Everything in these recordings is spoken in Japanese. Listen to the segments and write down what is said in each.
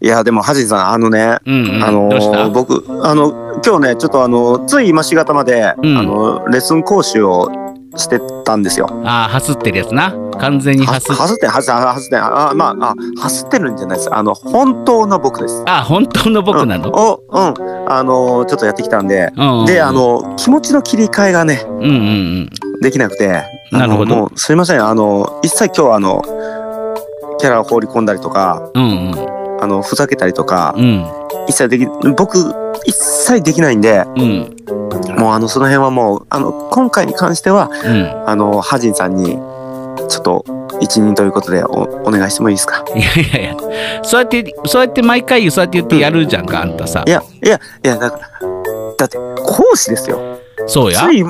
いや、でも、はじさん、あのね、うんうんあのどうしたー僕、あの、今日ね、ちょっとあの、つい今しがたまで、うんあの、レッスン講習をしてたんですよ。ああ、はすってるやつな。完全にははすっはすってん、はすってん、はすってん、あ、まあ、あ、はすってるんじゃないです。あの、本当の僕です。ああ、本当の僕なの。を、うん、あのー、ちょっとやってきたんで、うんうん。で、あ、の、気持ちの切り替えがねう、んうんうん。できなくて、あのなるほどもう、すいません、あの、一切今日はあの、キャラを放り込んだりとか、うんうん。あの、ふざけたりとか、うん。一切でき、僕、一切できないんで、うん。もうあの、その辺はもう、あの、今回に関しては、うん。あの、ハジンさんに、ちょっと、一任ということでお、お願いしてもいいですかいやいやいや。そうやって、そうやって毎回、そうやって言ってやるじゃんか、あんたさい。や、いや、いや、だから、だって、講師ですよ。そうやつ。い、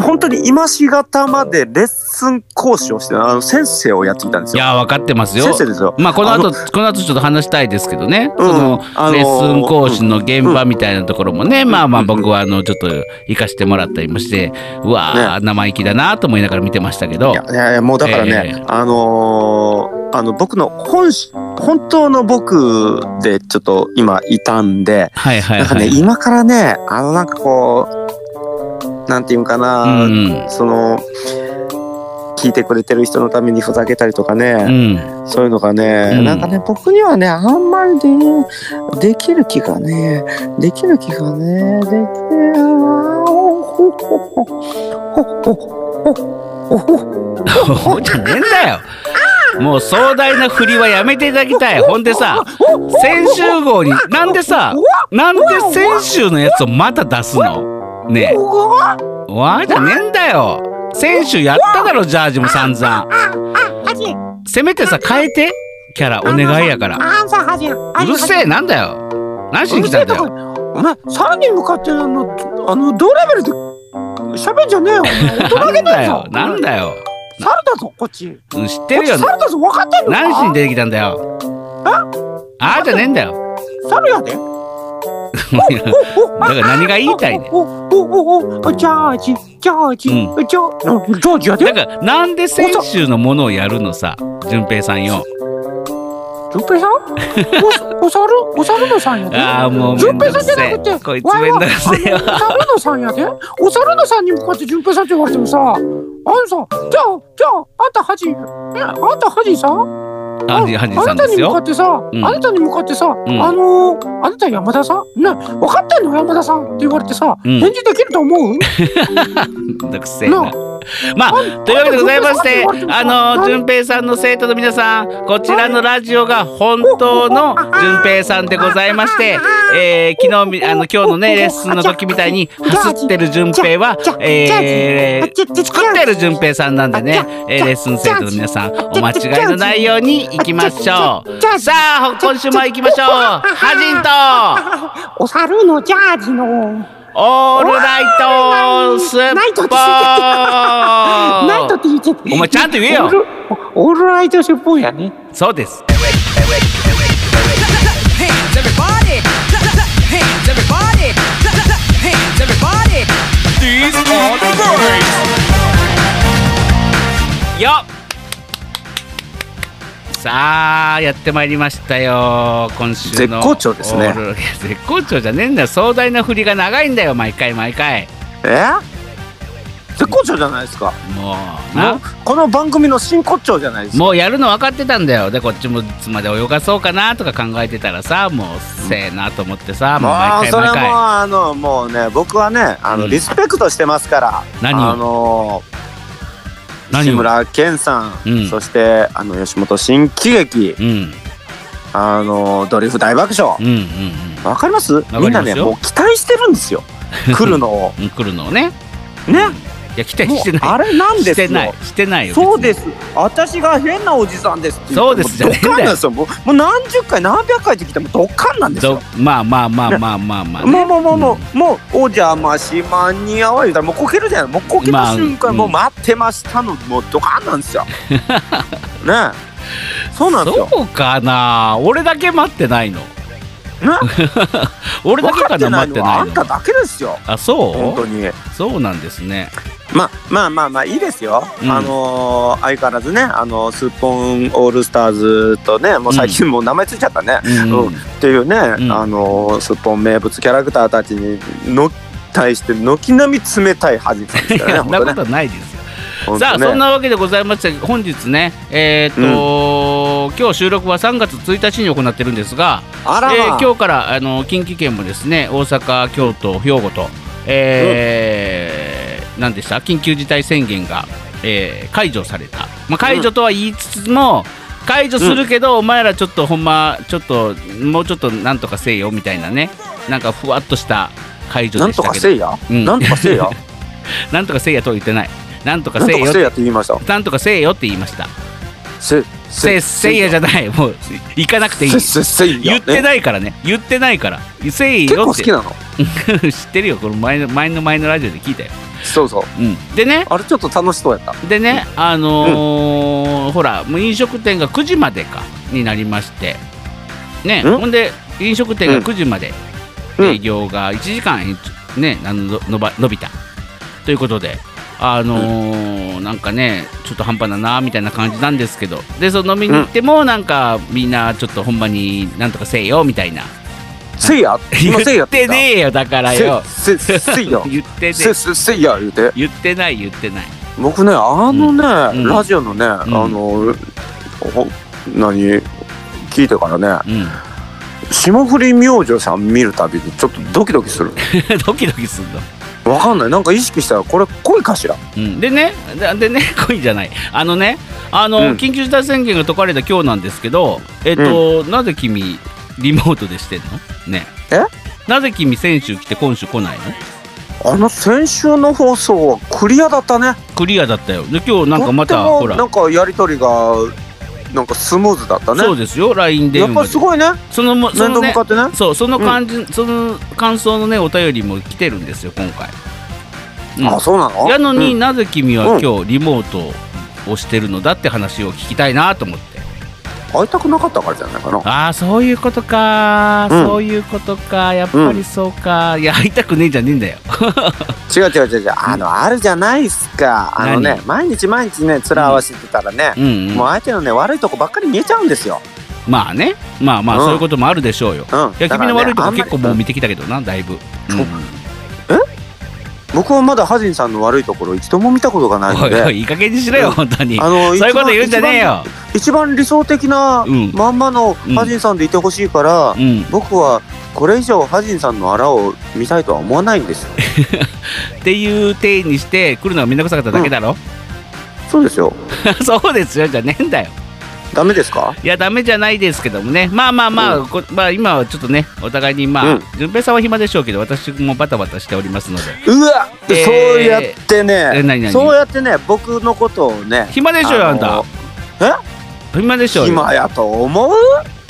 本当に今しがたまでレッスン講師をして、あの、先生をやっていたんですいよ。や、分かってますよ先。生ですよ。まあ、この後、この後ちょっと話したいですけどね。うんその、あのーレッスン講師の現場みたいなところもね、まあまあうん僕はあの、ちょっと行かしてもらったりもして、うわー、生意気だなと思いながら見てましたけどい。やいやいやもうだからね、えあのーあの僕の本し本当の僕でちょっと今いたんで、はいはいなんかはねい。今からねあのなんかこうなんていうんかうな、んその聞いてくれてる人のためにふざけたりとかうね、ん。そういうのがね、うんなんかね僕にはねあんまりでできる気がねできる気がねできほほほほほほほほうじゃねえんだよもう壮大な振りはやめていただきたいほんでさ先週号になんでさなんで先週のやつをまた出すのねえわーじゃねえんだよ先週やっただろジャージも散々ハジン、せめてさ変えてキャラお願いやからあんさハジン、うるせえなんだよ何しに来たんだよお前、3人向かってあの、あの、同レベルで喋んじゃねえよ。なんだよなんだよ猿だぞ、こっち。うん知ってこっるちよ猿だぞ、分かってんのか何しに出てきたんだよあーじゃねえんだよ猿やで。だだから何が言いたいねんおおおおジャージ、ジャージ、うジャージャージやだで。からなんで先週のものをやるのさ順平さんよ純平さんおお猿、お猿のさんやで。ああもうめ純んど平さくんじゃせえなくて、こいつめんどくせえわいわわあのお猿のさんやで。お猿のさんに向かって純平さんって言われてもさ、あんさ、じゃあ、じゃあ、あんたハジ、えあんたハジさんアンジハジさあんなたですに向かよってさ、うんあなたに向かってさ、んあのー、あなた山田さんね、分かってんの山田さんって言われてさ、うん返事できると思うめんどくせえなまあというわけでございましてあの順平さんの生徒の皆さんこちらのラジオが本当の順平さんでございましてえー、昨日みあの今日のねレッスンの時みたいに走ってる順平はえー、作ってる順平さんなんでね、えーレッスン生徒の皆さんお間違いのないように行きましょうさあ今週も行きましょうハジンお猿のジャージのとオールナイトスッポナイトっーて言っちゃってお前ちゃんと言えよオールオールライトシュっぽいやねそうです hands, everybody. Clap, clap, clap, hands, everybody. Clap, clap, clap, hands, everybody. よっさあやってまいりましたよ今週絶の好調ですねオールいや絶好調じゃねえんだよ壮大な振りが長いんだよ毎回毎回え絶好調じゃないですかもうもうなこの番組の真骨頂じゃないですかもうやるの分かってたんだよでこっちもいつまで泳がそうかなとか考えてたらさもうせえなと思ってさもうもう毎回それ毎はもう回あのもうね僕はねあの、うんリスペクトしてますから何をあの何志を村けんさん、うんそしてあの吉本新喜劇うんうんあのドリフ大爆笑うんうんわかりますかりますよみんなねもう期待してるんです よ来るのをうん来るのをね ねいや期待もうしてないあれなんでしてすなよいしてないよそうですす私が変なおじさんですって言ってそうですじゃもねドえんだッカンなよんですよもうもう何十回何百回ってきてもドッカンなんですよまあまあまあまあまあまあ、ねもうもうもうもう、もうお邪魔しまんにあわ言うたらもうこけるじゃないもうこけまたあ瞬う間んもう待ってましたのもうドカンなんですよねえそうなんですよそうかな俺だけ待ってないのね俺だ分けかかってなない待ってのはなあいんのただけですよあそ本当うにそうなんですねまあまあまあまあいいですよ、うんあのー相変わらずねあのスッポンオールスターズとねもう最近もう名前ついちゃったね、うんうんっていうね、んあのースッポン名物キャラクターたちにの対して軒並み冷たいはじさんですかいらやねそんなこ本当ねとないですよ。本さあ、当ねそんなわけでございまして本日ねえーっと、今日収録は3月1日に行ってるんですが、あらまあえー今日からあの近畿圏もですね大阪京都兵庫と、えー何でした緊急事態宣言が、えー解除された、まあ、解除とは言いつつも、解除するけど、お前らちょっとほんまちょっともうちょっとなんとかせえよみたいなねなんかふわっとした解除なでんしとたかけどせいや、うんなんとか せいやなんとかせえやとは言ってないなんとかなんせえとよかせいやって言いましたなんとかせえよって言いましたせせせいやじゃないもう行かなくていいせせせいや言ってねないからね言ってないからせい結よ構っ好てきなの 知ってるよこの前の前の前のラジオで聞いたよ、そうそううん、でねあれちょっと楽しそうやったでねあのーほらもう飲食店が9時までかになりましてねうんほんで飲食店がうん9時までうん営業が1時間ねあののば伸びたということであのーなんかねちょっと半端だなみたいな感じなんですけどでその飲みに行ってもなんかみんなちょっとほんまになんとかせえよみたいなせいや今せい 言やってねえよだからよせせせいや 言ってねえせせせいや言うて言ってない言ってない僕ねあのね、うんラジオのね、あのほ何聞いてからねうん 霜降り明星さん見るたびにちょっとドキドキするドキドキすんの、わかんないなんか意識したらこれ恋かしらうん、でねででね 恋じゃないあのねあの、うん緊急事態宣言が解かれた今日なんですけどえっ、と、なぜ君リモートでしてんのねえなぜ君先週来て今週来ないのあの先週の放送はクリアだったねクリアだったよで今日なんかまとったてもほら、なんかやりとりがなんかスムーズだったねそうですよ LINE 電やっぱ話りですごいねそのもそ面のと向ねかってねそうその感じ、その感想のねお便りも来てるんですよ今回、うんあそうなのやのに、なぜ君はうん今日リモートをしてるのだって話を聞きたいなと思って会いたくなかったからじゃないかなああそういうことか、うんそういうことかやっぱりそうか、いや会いたくねえじゃねえんだよ違う違う違う違うあのあるじゃないっすかあのね毎日毎日ね面合わせてたらねう、ん、うんもう相手のね悪いとこばっかり見えちゃうんですよまあねまあまあ、うんそういうこともあるでしょうようんいやだから君ねの悪いとあこんまり結構もう見てきたけどなだいぶ、うん僕はまだハジンさんの悪いところ一度も見たことがないおのいおでいいい加減にしろよ、うん本当にあのそういうこと言うんじゃねえよ一番一番理想的なうんまんまのハジンさんでいてほしいから、うん僕はこれ以上ハジンさんのあらを見たいとは思わないんですっていう体にして来るのはめんどくさかっただけだろ、そうですよそうですよじゃねえんだよダメですかいやダメじゃないですけどもねまあまあまあ、こまあ今はちょっとねお互いにまうあ、ん順平さんは暇でしょうけど私もバタバタしておりますのでうわ、えーそうやってねえ何何そうやってね僕のことをね暇でしょうよあんたの暇でしょうよ暇やと思う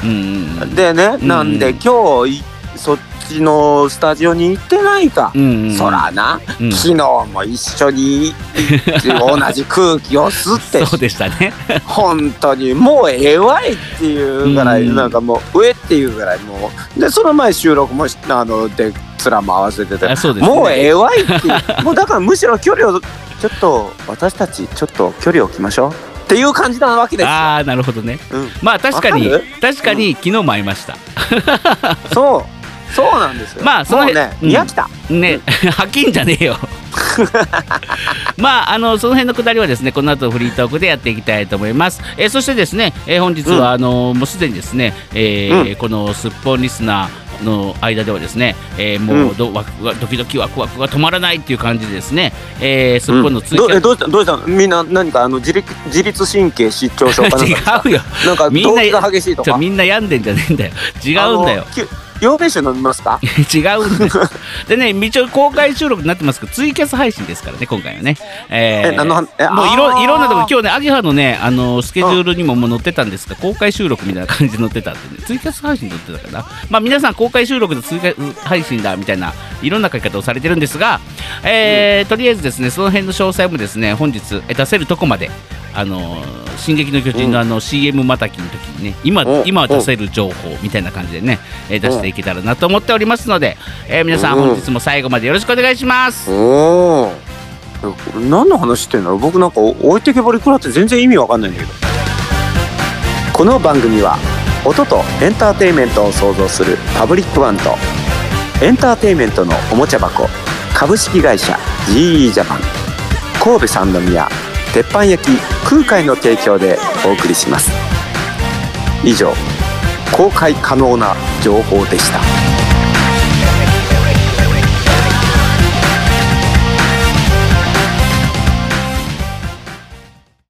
うんうんうんでね、うんなんで今日いそっちのスタジオに行ってないか、うんうんそらな、うん昨日も一緒に 同じ空気を吸ってそうでしたね本当にもうええわいっていうぐらい、うんなんかもう上っていうぐらいもうでその前収録もしあので面も合わせてて、あそうですねもうええわいっていうもうだからむしろ距離をちょっと私たちちょっと距離を置きましょうっていう感じなわけですよ。ああなるほどねうん、まあ確かにわかる確かに昨日も会いましたそうそうなんですよ。まあそのもうね、うん見飽きた。ねはきんじゃねえよ まああのその辺のくだりはですねこの後フリートークでやっていきたいと思います、えーそしてですね、えー本日は、うんあのもうすでにですね、えーこのすっぽんリスナーの間ではですね、えーもうど、ワクワドキドキワクワクが止まらないっていう感じでですね、えーすっぽんのツイキどャえどうしたどうしたのみんな何かあの自律自律神経失調症かなんか 違うよなんかみん動な悸が激しいとちょかみんな病んでんじゃねえんだよ違うんだよあのき陽明酒飲みますか 違うんですでね一応公開収録になってますけどツイキャス配信ですからね今回はねええ何の話えもういあろーいろんなとこ今日ねアゲハのねあのスケジュールにももう載ってたんですが公開収録みたいな感じで載ってたんで、ね、ツイキャス配信に載ってたかなまあ皆さん公開収録でツイキャス配信だみたいないろんな書き方をされてるんですが、えーとりあえずですねその辺の詳細もですね本日え出せるとこまであのー進撃の巨人のあの CM またきの時にね今うん今は出せる情報みたいな感じでねえー出していけたらなと思っておりますので、えー皆さんうん本日も最後までよろしくお願いします。おお何の話してんの僕なんかお置いてけぼりくらって全然意味わかんないんだけどこの番組は音とエンターテインメントを創造するパブリックワンとエンターテインメントのおもちゃ箱株式会社 GE ジャパン神戸三宮鉄板焼き空海の提供でお送りします以上公開可能な情報でした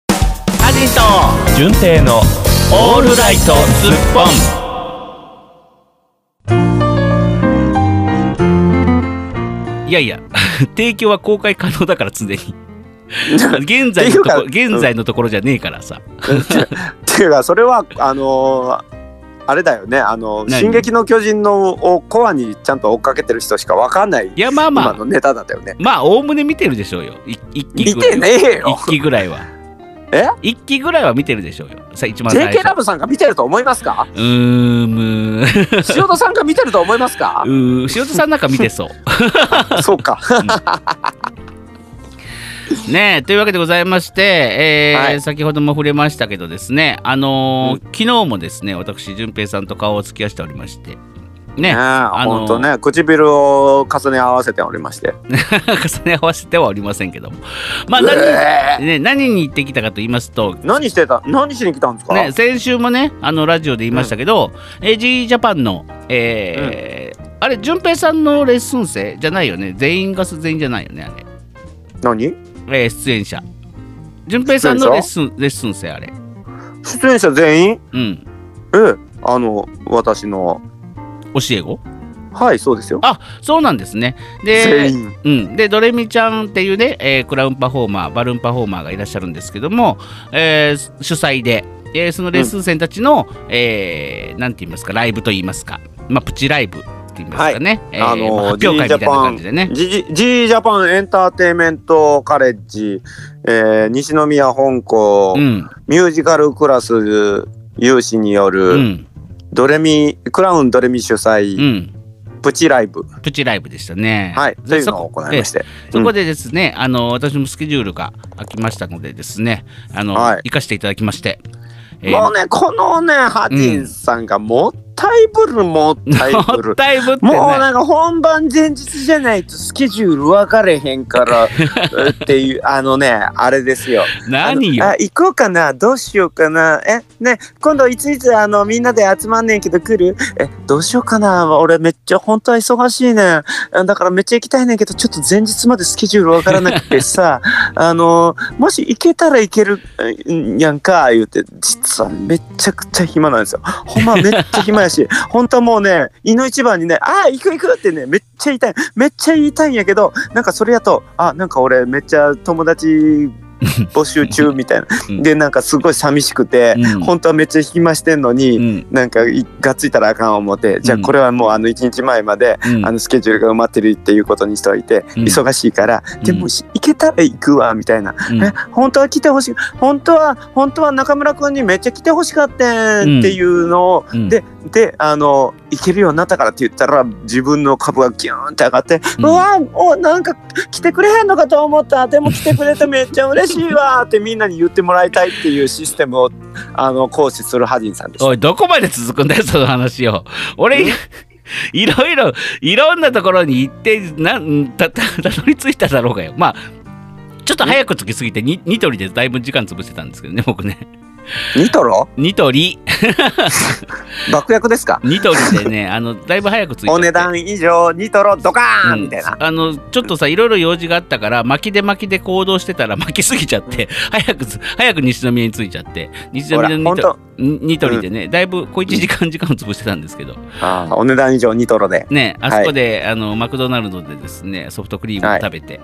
アジト純正のオールライトズッポンいやいや 提供は公開可能だから 常に現在ってのとこいうか現在のところじゃねえからさ、っていうかそれはあのーあれだよねあの「何進撃の巨人の」をコアにちゃんと追っかけてる人しかわかんないいやまあま今あのネタだったよね。まあおおむね見てるでしょうよい一期見ぐらていねえよ一期ぐらいはえ一期ぐらいは見てるでしょうよさ一番最 JK ラ初ブさんが見てると思います かうーんうーん塩田さんが見てると思います かうーん塩田さんなんか見てそう そうか。ねえというわけでございまして、えーはい先ほども触れましたけどですねあのー昨日もですね私淳平さんと顔を突き合わせておりましてねね、あの本ー当ね唇を重ね合わせておりまして。 重ね合わせてはおりませんけどもまあう何,、えね、何に行ってきたかと言いますと、ー何してた何しに来たんですか、ね、先週もねあのラジオで言いましたけど、えー GE ジャパンの、えーあれ淳平さんのレッスン生じゃないよね全員ガス全員じゃないよねあれ何えー出演者淳平さんのレッスンレッスン生あれ出演者全員うんええあの私の教え子はいそうですよ。あそうなんですねで全員。うん、でドレミちゃんっていうね、えークラウンパフォーマーバルーンパフォーマーがいらっしゃるんですけども、えー主催で、えーそのレッスン生たちの、えーなんて言いますかライブと言いますか、まあ、プチライブって言いますかね、えーあのーまあ発表会みたいな感じでね G, G ジャパンエンターテインメントカレッジ、えー西宮本校、うんミュージカルクラス有志による、うんドレミクラウンドレミ主う催、んプチライブ、プチライブでしたねはい、でというそのを行いまして、えーそこでですね、あのー私もスケジュールが空きましたのでですねあのー、はい行かせていただきまして、えーもうねこのねハジンさんがもったいぶるもったいぶ もっる。たいぶってもうねなんか本番前日じゃないとスケジュール分かれへんから えっていうあのねあれですよ何よあのあ行こうかなどうしようかなえね今度いついつあのみんなで集まんねんけど来るえどうしようかな俺めっちゃ本当は忙しいねんあだからめっちゃ行きたいねんけどちょっと前日までスケジュールわからなくてさ あのもし行けたら行けるんやんか言うて実はめっちゃくちゃ暇なんですよほんまめっちゃ暇やし 本当はもうね胃の一番にねあ行く行くってねめっちゃ言いたいめっちゃ言いたいんやけどなんかそれやとあなんか俺めっちゃ友達募集中みたいな うんでなんかすごい寂しくて、うん本当はめっちゃ暇してんのに、うんなんかいがっついたらあかん思ってじゃあうんこれはもうあの1日前まで、うんあのスケジュールが埋まってるっていうことにしておいて、うん忙しいから、でうんもし行けたら行くわみたいな、うんえ本当は来てほしい本当は本当は中村君にめっちゃ来てほしかったんっていうのを、うんでであの行けるようになったからって言ったら自分の株がギューンって上がって、ううんわおなんか来てくれへんのかと思ったでも来てくれてめっちゃ嬉しい わってみんなに言ってもらいたいっていうシステムをあの行使するハジンさんです。おい、どこまで続くんだよ、その話を。俺、いいろいろ、いろんなところに行って、なんたたたどり着いただろうがよ。まあ、ちょっと早く着きすぎて、にニトリでだいぶ時間潰してたんですけどね、僕ね。ニトロニトリ、爆薬ですかニトリで ね、あの、だいぶ早く着いて。お値段以上ニトロドカーうンんみたいな。あのちょっとさいろいろ用事があったから巻きで巻きで行動してたら巻きすぎちゃって早く早く西宮に着いちゃって西ほら宮のニトほニニトリでね、だいぶ小1時間時間を潰してたんですけどあーお値段以上ニトロ で。ね、あそこで、あのマクドナルドでですねソフトクリームを食べて、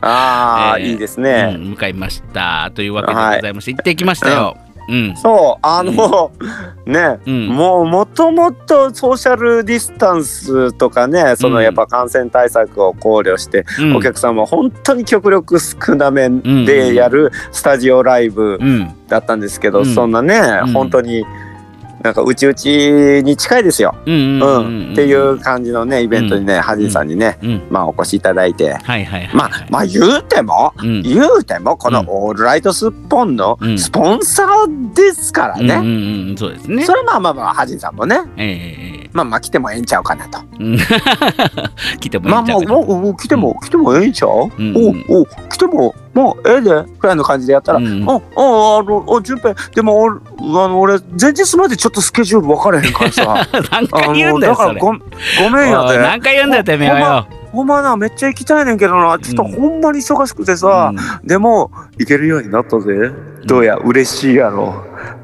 ああ、えーいいですね。うん、向かいましたというわけでございまして、行ってきましたよ。うん、そうあの、ね、うんもうもともとソーシャルディスタンスとかねそうんのやっぱ感染対策を考慮して、うんお客さんも本当に極力少なめうんでやるスタジオライブうん、だったんですけど、うんそんなね、うん本当になんかうちうちに近いですよ。うんううんうんん、っていう感じのねイベントにね、ハジンさんにね、うんまあお越しいただいて、はいはいはいまあまあ言うても、うん言うてもこのうんオールライトスッポンのうんスポンサーですからうんうね。んうんそうですねそれはまあまあまあハジンさんもね、えええまあまあ来てもええんちゃうかなと。えうん 来てもいまいあんちまゃあうかもううん来ても来てもええんちゃう？おんおう来てももうええでくらいの感じでやったら、ううんん、うんああのお順平でも俺あの俺前日までちょっとスケジュール分からへんからさ。 何あ回言うのんだだよかそられごごめんやおいで。何回言うんだよてめえはよほんまな、めっちゃ行きたいねんけどな、ちょっとうんほんまに忙しくてさ、でも、行けるようになったぜ。どうや、嬉しいやろ。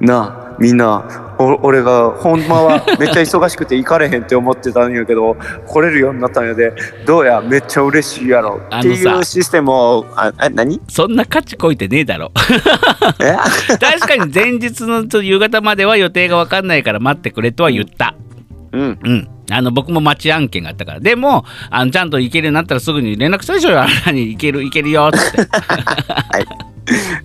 なあ、みんな、お俺がほんまはめっちゃ忙しくて行かれへんって思ってたんやけど、来れるようになったんやで、どうや、めっちゃ嬉しいやろ。あのさっていうシステムを、あ、え、何そんな価値こいてねえだろえ 確かに前日の夕方までは予定が分かんないから待ってくれとは言ったうん。うん。あの、僕も町案件があったから。でも、あのちゃんと行けるようになったらすぐに連絡したでしょよ。あなに行ける、行ける よって。い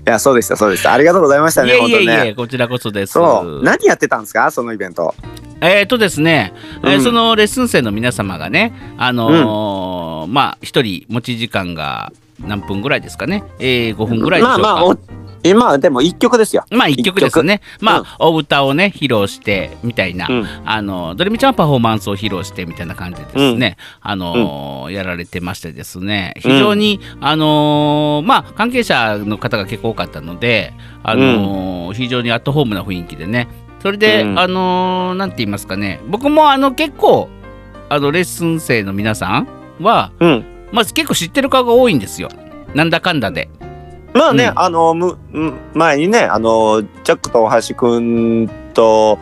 や、そうでした、そうでした。ありがとうございましたいね、え本い当えいね。え、こちらこそです。そう。何やってたんですかそのイベント。えっ、とですね、えーうんそのレッスン生の皆様がね、あのーまあ、一人持ち時間が何分ぐらいですかね。えー、5分ぐらいでしょまあうか。まあ、お今、でも一曲ですよ。まあ一曲ですね。まあ、うんお歌をね披露してみたいな、うんあのドレミちゃんはパフォーマンスを披露してみたいな感じでですね、あのーやられてましてですね非常に、あのーまあ関係者の方が結構多かったのであのー非常にアットホームな雰囲気でねそれで、うんあのーなんて言いますかね僕もあの結構あのレッスン生の皆さんは、うん。まあ、結構知ってる顔が多いんですよなんだかんだで。まあね、うんあの、む、うん前にね、あの、ジャックと大橋くんと、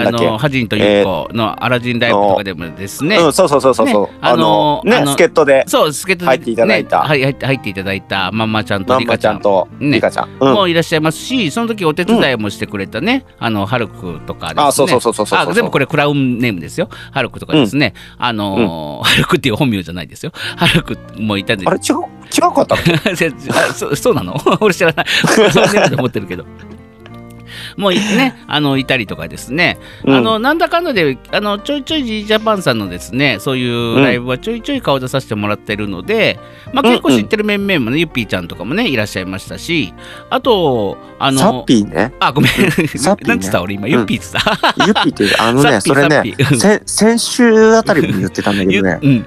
なんだっけの、ハジンとユウコのアラジンライブとかでもですね、うん、そうそうそうそうそう、ねああののあねの助っ人でそう、助っ人で入っていただいたねはい、入って入っていただいたまんまちゃんとまリんカまちちゃゃんんとねリカちゃん、うん、もいらっしゃいますし、その時お手伝いもしてくれたね、あの、ハルクとかですね。あそうそうそうそうそうそうあ全部これクラウンネームですよ。ハルクとかですね。あのーハルクっていう本名じゃないですよ。ハルクもいたんであれ違う違うかったっけ せあそそうなの 俺知らない。そうだと思ってるけど。もういね、あのいたりとかですね、うんあのなんだかんだであのちょいちょい g ジャパンさんのですねそういうライブはちょいちょい顔出させてもらってるので、まあ、うんうん結構知ってる面々もね、ゆっぴーちゃんとかもねいらっしゃいましたしあとあのサッピーねあごめん、サッピーねなんつった俺今ゆっぴーっつった、ユッピーっていうあのね サそッピーれねサッピーせ先週あたりも言ってたんだけ ゆどね、うんうん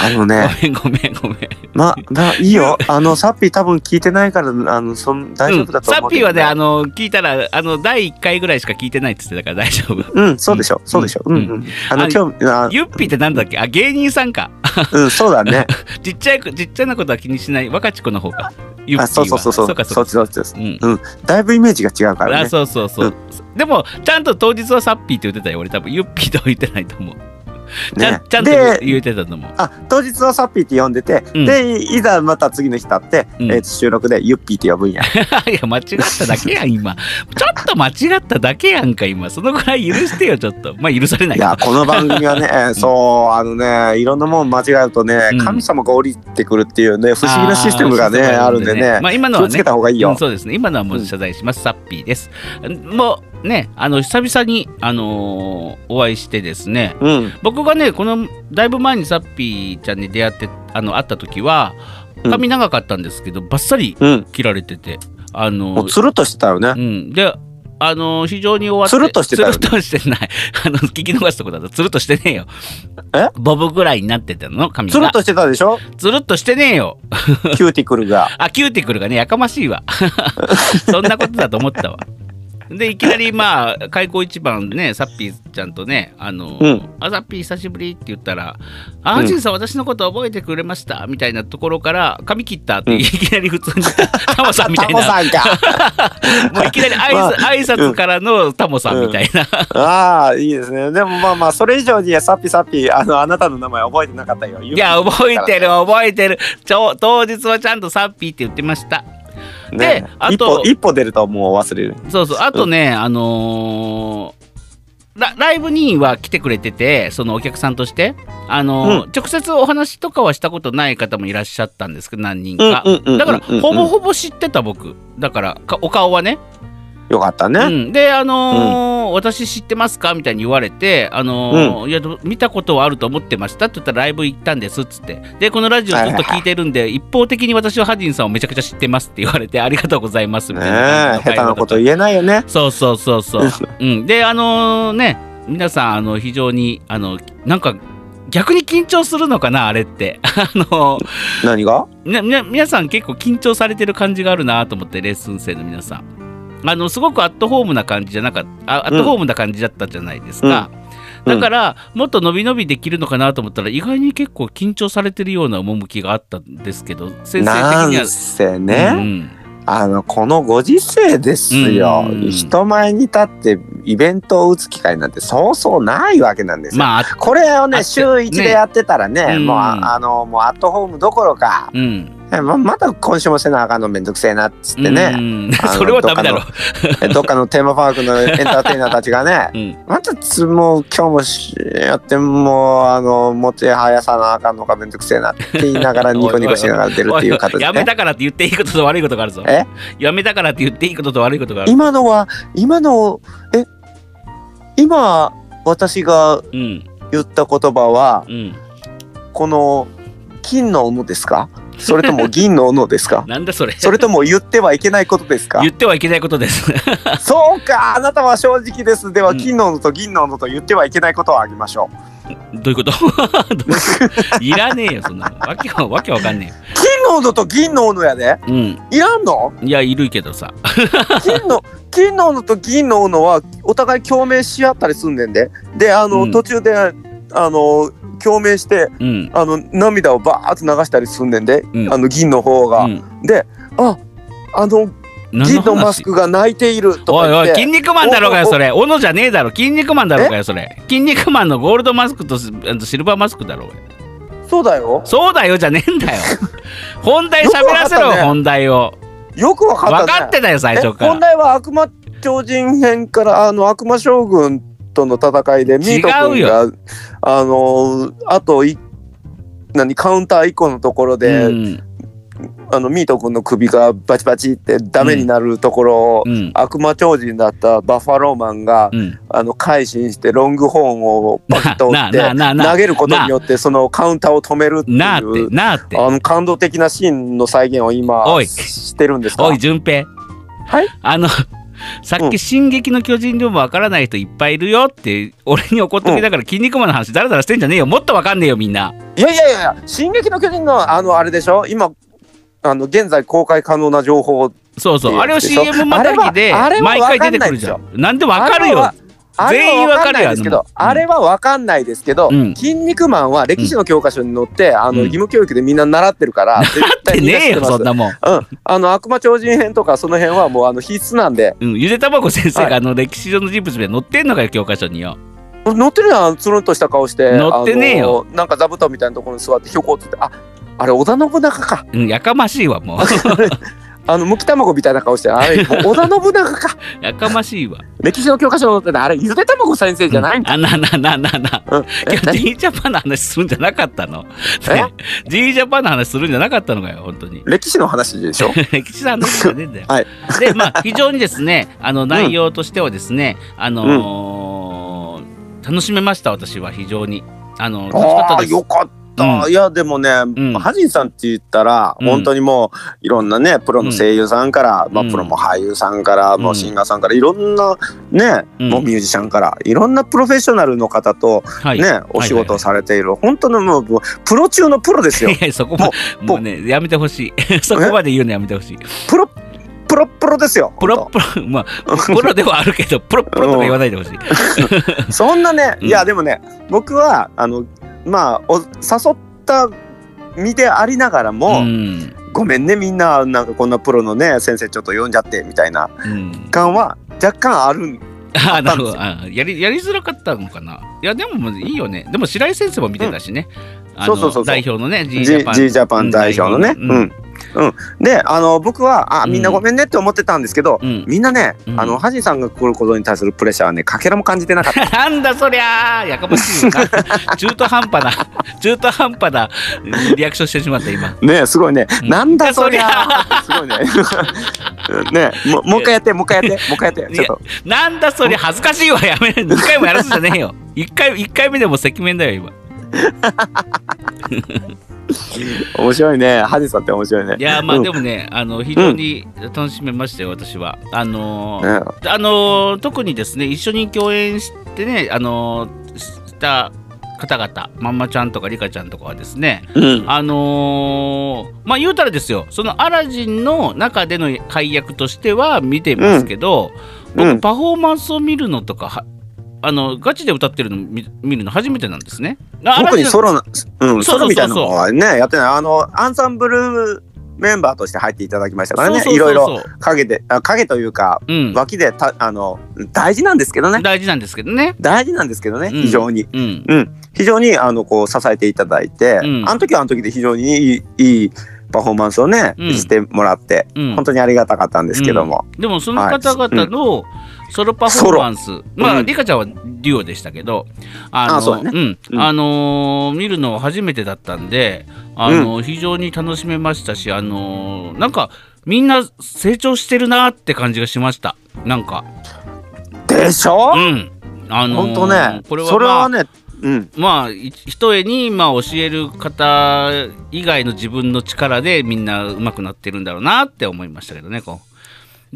あのねごめんごめんごめんままいいよあのサッピー多分聞いてないからあのそん大丈夫だとサ思ッうけピーど、はねあの聞いたらあの第1回ぐらいしか聞いてないっつってたから大丈夫うんそうでしょそうでしょううんんうん、あのあ今日あゆっぴーってなんだっけあ芸人さんかうんそうだねちっちゃい子ちっちゃなことは気にしない若ち子の方かゆっぴーはあそうそうそうそうそうかそそうっかちそっちですうんだいぶイメージが違うからあねそうそうそう、でもちゃんと当日はサッピーって言ってたよ俺多分ゆっぴーとは言ってないと思う、ちゃねんちゃんとで言ってたと思う あ当日はサッピーって呼んでて、うんでいざまた次の日経って、うんえーと収録でユッピーって呼ぶんやいや間違っただけやん今ちょっと間違っただけやんか今そのぐらい許してよちょっとまあ許されないいやこの番組 はね、えーそうあのねいろんなもん間違うとね、うん神様が降りてくるっていうね不思議なシステムがねーあるんでね,、まあ今の気はをつねけた方がいいよ、うんそうですね今のはもう謝罪します、サッピーですもうねあの久々にあのーお会いしてですねうん僕がねこのだいぶ前にサッピーちゃんに出会ってあの会った時はうん髪長かったんですけど、バッサリうん切られててあのもうつるっとしてたよね、うん、であの非常に終わってつるっとしてたよねつるっとしてない あの聞き逃すとこだとつるっとしてねえよえボブぐらいになってたの髪がつるっとしてたでしょつるっとしてねえよキューティクルがあキューティクルがねやかましいわ そんなことだと思ったわでいきなりまあ開口一番ねサッピーちゃんとね「あのうんあサッピー久しぶり」って言ったら「あージンさん私のこと覚えてくれました」みたいなところから「髪切った」ってうんいきなり普通にタモ さんみタたいモなさんかもういきなり挨拶,、まあ挨拶からのタモさんみたいな、ああいいですねでもまあまあそれ以上にサッピーサッピーあのあなたの名前覚えてなかったよいや覚えてる覚えてるちょ当日はちゃんとサッピーって言ってましたねであ一歩と一歩出るともう忘れるそうそうあとね、あのーラライブには来てくれててそのお客さんとして、あのー直接お話とかはしたことない方もいらっしゃったんですけど何人か、うんうんうんうんうんだからほぼほぼ知ってた僕だからかお顔はね、よかったね、うん、であのーの私知ってますか?」みたいに言われて「あのいやど見たことはあると思ってました」って言ったら「ライブ行ったんです」っつってでこのラジオずっと聞いてるんで、一方的に私はハディンさんをめちゃくちゃ知ってますって言われて「ありがとうございます」みたいねなえ下手なこと言えないよねそうそうそうそう。うん、であのね皆さんあの非常にあのなんか逆に緊張するのかなあれって。 あの何がね、みな皆さん結構緊張されてる感じがあるなと思ってレッスン生の皆さんあのすごくアットホームな感じじゃなかったあアットホームな感じだったじゃないですか、うんうんだからもっと伸び伸びできるのかなと思ったら意外に結構緊張されてるような趣があったんですけど先生的なにはんせうね、んあのこのご時世ですよ、うん人前に立ってイベントを打つ機会なんてそうそうないわけなんですよ、まあこれをあっねて週1でやってたらねねうんもうああのもうアットホームどころかうん、えままた今週もせなあかんのめんどくせえなっつってうね、んあの それはダメだろどえどっかのテーマパークのエンターテイナーたちがね うんまたつもう今日もしやってもうあのもてはやさなあかんのかめんどくせえなって言いなが らニコニコしながら出るっていう形おいおいでやめたからって言っていいことと悪いことがあるぞえやめたからって言っていいことと悪いことがある今のは今のえ今私がうん言った言葉はうんこの金の斧ですかそれとも銀の斧です かなんだそれそれとも言ってはいけないことですか言ってはいけないことです。そうかあなたは正直ですでは、うん金の斧と銀の斧と言ってはいけないことをあげましょうどういうこと どういうこといらねえよ、そんなの。わけはわけわかんね金の斧と銀の斧やでえ。ういらんのん。いや、いるけどさ。金 の金の斧と銀の斧はお互い共鳴し合ったりすんねんでであの、うん途中であの共鳴してうん。あの涙をバーッと流したりすんねんで、うんあの銀の方が、うんでああの何銀ののマ話スクが泣いているとおいか言おっい、て筋肉マンだろうがよ、それ。斧じゃねえだろ。筋肉マンだろうがよ、それ。筋肉マンのゴールドマスクとすあのシルバーマスクだろうがよ。そうだよそうだよ、じゃねえん だよ。本題喋らよくわかせろ、ったね本題を。よくわかったね分かってたよ、最初えか本ら。来は悪魔超人編からあの悪魔将軍との戦いでミート違う君よがあのあとい何カウンター以降のところで、うん。あのミート君の首がバチバチってダメになるところを、うん。悪魔超人だったバッファローマンが、うん。あの改心してロングホーンをバキッと折っなあなあなあてなあ投げることによってそのカウンターを止めるっていうなあって、なあって。あの感動的なシーンの再現を今おいしてるんですかおい、順平。はいあの、 さっうき「ん進撃の巨人」でもわからない人いっぱいいるよって俺に怒っときながら筋肉マンの話だらだらしてんじゃねえよもっとわかんねえよみんないやいやいやいや、進撃の巨人のあのあれでしょ今、あの現在公開可能な情報。そうそうあれをでしょ CM またぎであれは毎回出てくるじゃんなんでわかるよあれは全員わかるあよれはわんないですけど、あんなのあれはわかんないですけど、うん筋肉マンは歴史の教科書に載って、あうんの義務教育でみんな習ってるから、絶って対みんねな知えってよますそんなもん、うん、あの悪魔超人編とかその辺はもうあの必須なんでうん、ゆでたばこ先生はいがあの歴史上の人物で載ってんのかよ教科書によ乗ってるやんつるんとした顔して乗ってねえよあのなんか座布団みたいなところに座ってひょこってってああれ織田信長かうんやかましい わもうあのむき卵みたいな顔してあれもう織田信長 かやかましいわ歴史の教科書に載ってたあれゆで卵先生じゃないんだ、あなあなあなあなあなあうん、え今日 G ジャパンの話するんじゃなかったの、ね、G ジャパンの話するんじゃなかったのかよ本当に 歴史の話でしょ歴史の話じゃねえんだよ。はいでま あ非常にですねあの内容としてはですね、あのー楽しめました私は非常に。あの楽しかったああです。よかった、ういやでもね、んハジンさんって言ったら、うん本当にもういろんなねプロの声優さんから、まあ、うんプロも俳優さんから、もうんうシンガーさんからいろんなね、うんもうミュージシャンからいろんなプロフェッショナルの方とはいね、お仕事をされている、本当のもうもうプロ中のプロですよいやいやそこもももうねやめてほしい そこまで言うのやめてほしいプロプロプロですよプロプロま あプロではあるけどプロプロとか言わないでほしいそんなね、うんいやでもね僕はあのまあお誘った身でありながらも、うんごめんねみんななんかこんなプロのね先生ちょっと読んじゃってみたいなうん感は若干あるんあーなるほあどあやりやりづらかったのかないやでもいいよねでも白井先生も見てたしね、あのそうそうそうそう代表のね G ジジャパンジージャパン代表のね、うんうんで、あの、僕は、あ、うんみんなごめんねって思ってたんですけど、うん みんなね、うんあの、ハジさんが来ることに対するプレッシャーはね、かけらも感じてなかった。なんだそりゃーやかましいな 中途半端な中途半端なリアクションしてしまった今ねすごいね。 うんなんだそりゃーすごいね。ね もうもう一回やって、もう一回やって、もう一回やって。いちょやっと。なんだそりゃ恥ずかしいわやめ2回もやらすんじゃねえよ1回一回目でも赤面だよ今面白いね。ハジさんって面白いね。いやまあうんでもね、あの非常に楽しめましたよ、私は。あのーねあのー特にですね一緒に共演してねあのーした方々まんまちゃんとかリカちゃんとかはですねうん。あのーまあ言うたらですよその「アラジン」の中での配役としては見てますけうど、んう僕んパフォーマンスを見るのとかはあのガチで歌ってるの見見るの初めてなんですね。あ特に嵐のソロな、うん、そソうそうそうそうロみたいなのはね、やってない。あの、アンサンブルメンバーとして入っていただきましたからね、そうそういろいそうろそう影で、あ影というか、うん、脇でた、あの、大事なんですけどね。大事なんですけどね。大事なんですけどね、うん非常に。うん、非常に、あの、こう、支えていただいて、うんあの時はあの時で非常にいい、いいパフォーマンスをね、うんしてもらって、うん本当にありがたかったんですけども。でもその方々のソロパフォーマンス、まあ、リカちゃんはデュオでしたけど、あのあそうだうん、あのー見るの初めてだったんで、あのー非常に楽しめましたし、あのーなんかみんな成長してるなって感じがしました。なんか、でしょ、うん、あの本ー当ね、これは、まあ、それはね、うん、まあ、い一重に、まあ、教える方以外の自分の力でみんな上手くなってるんだろうなって思いましたけどね。こう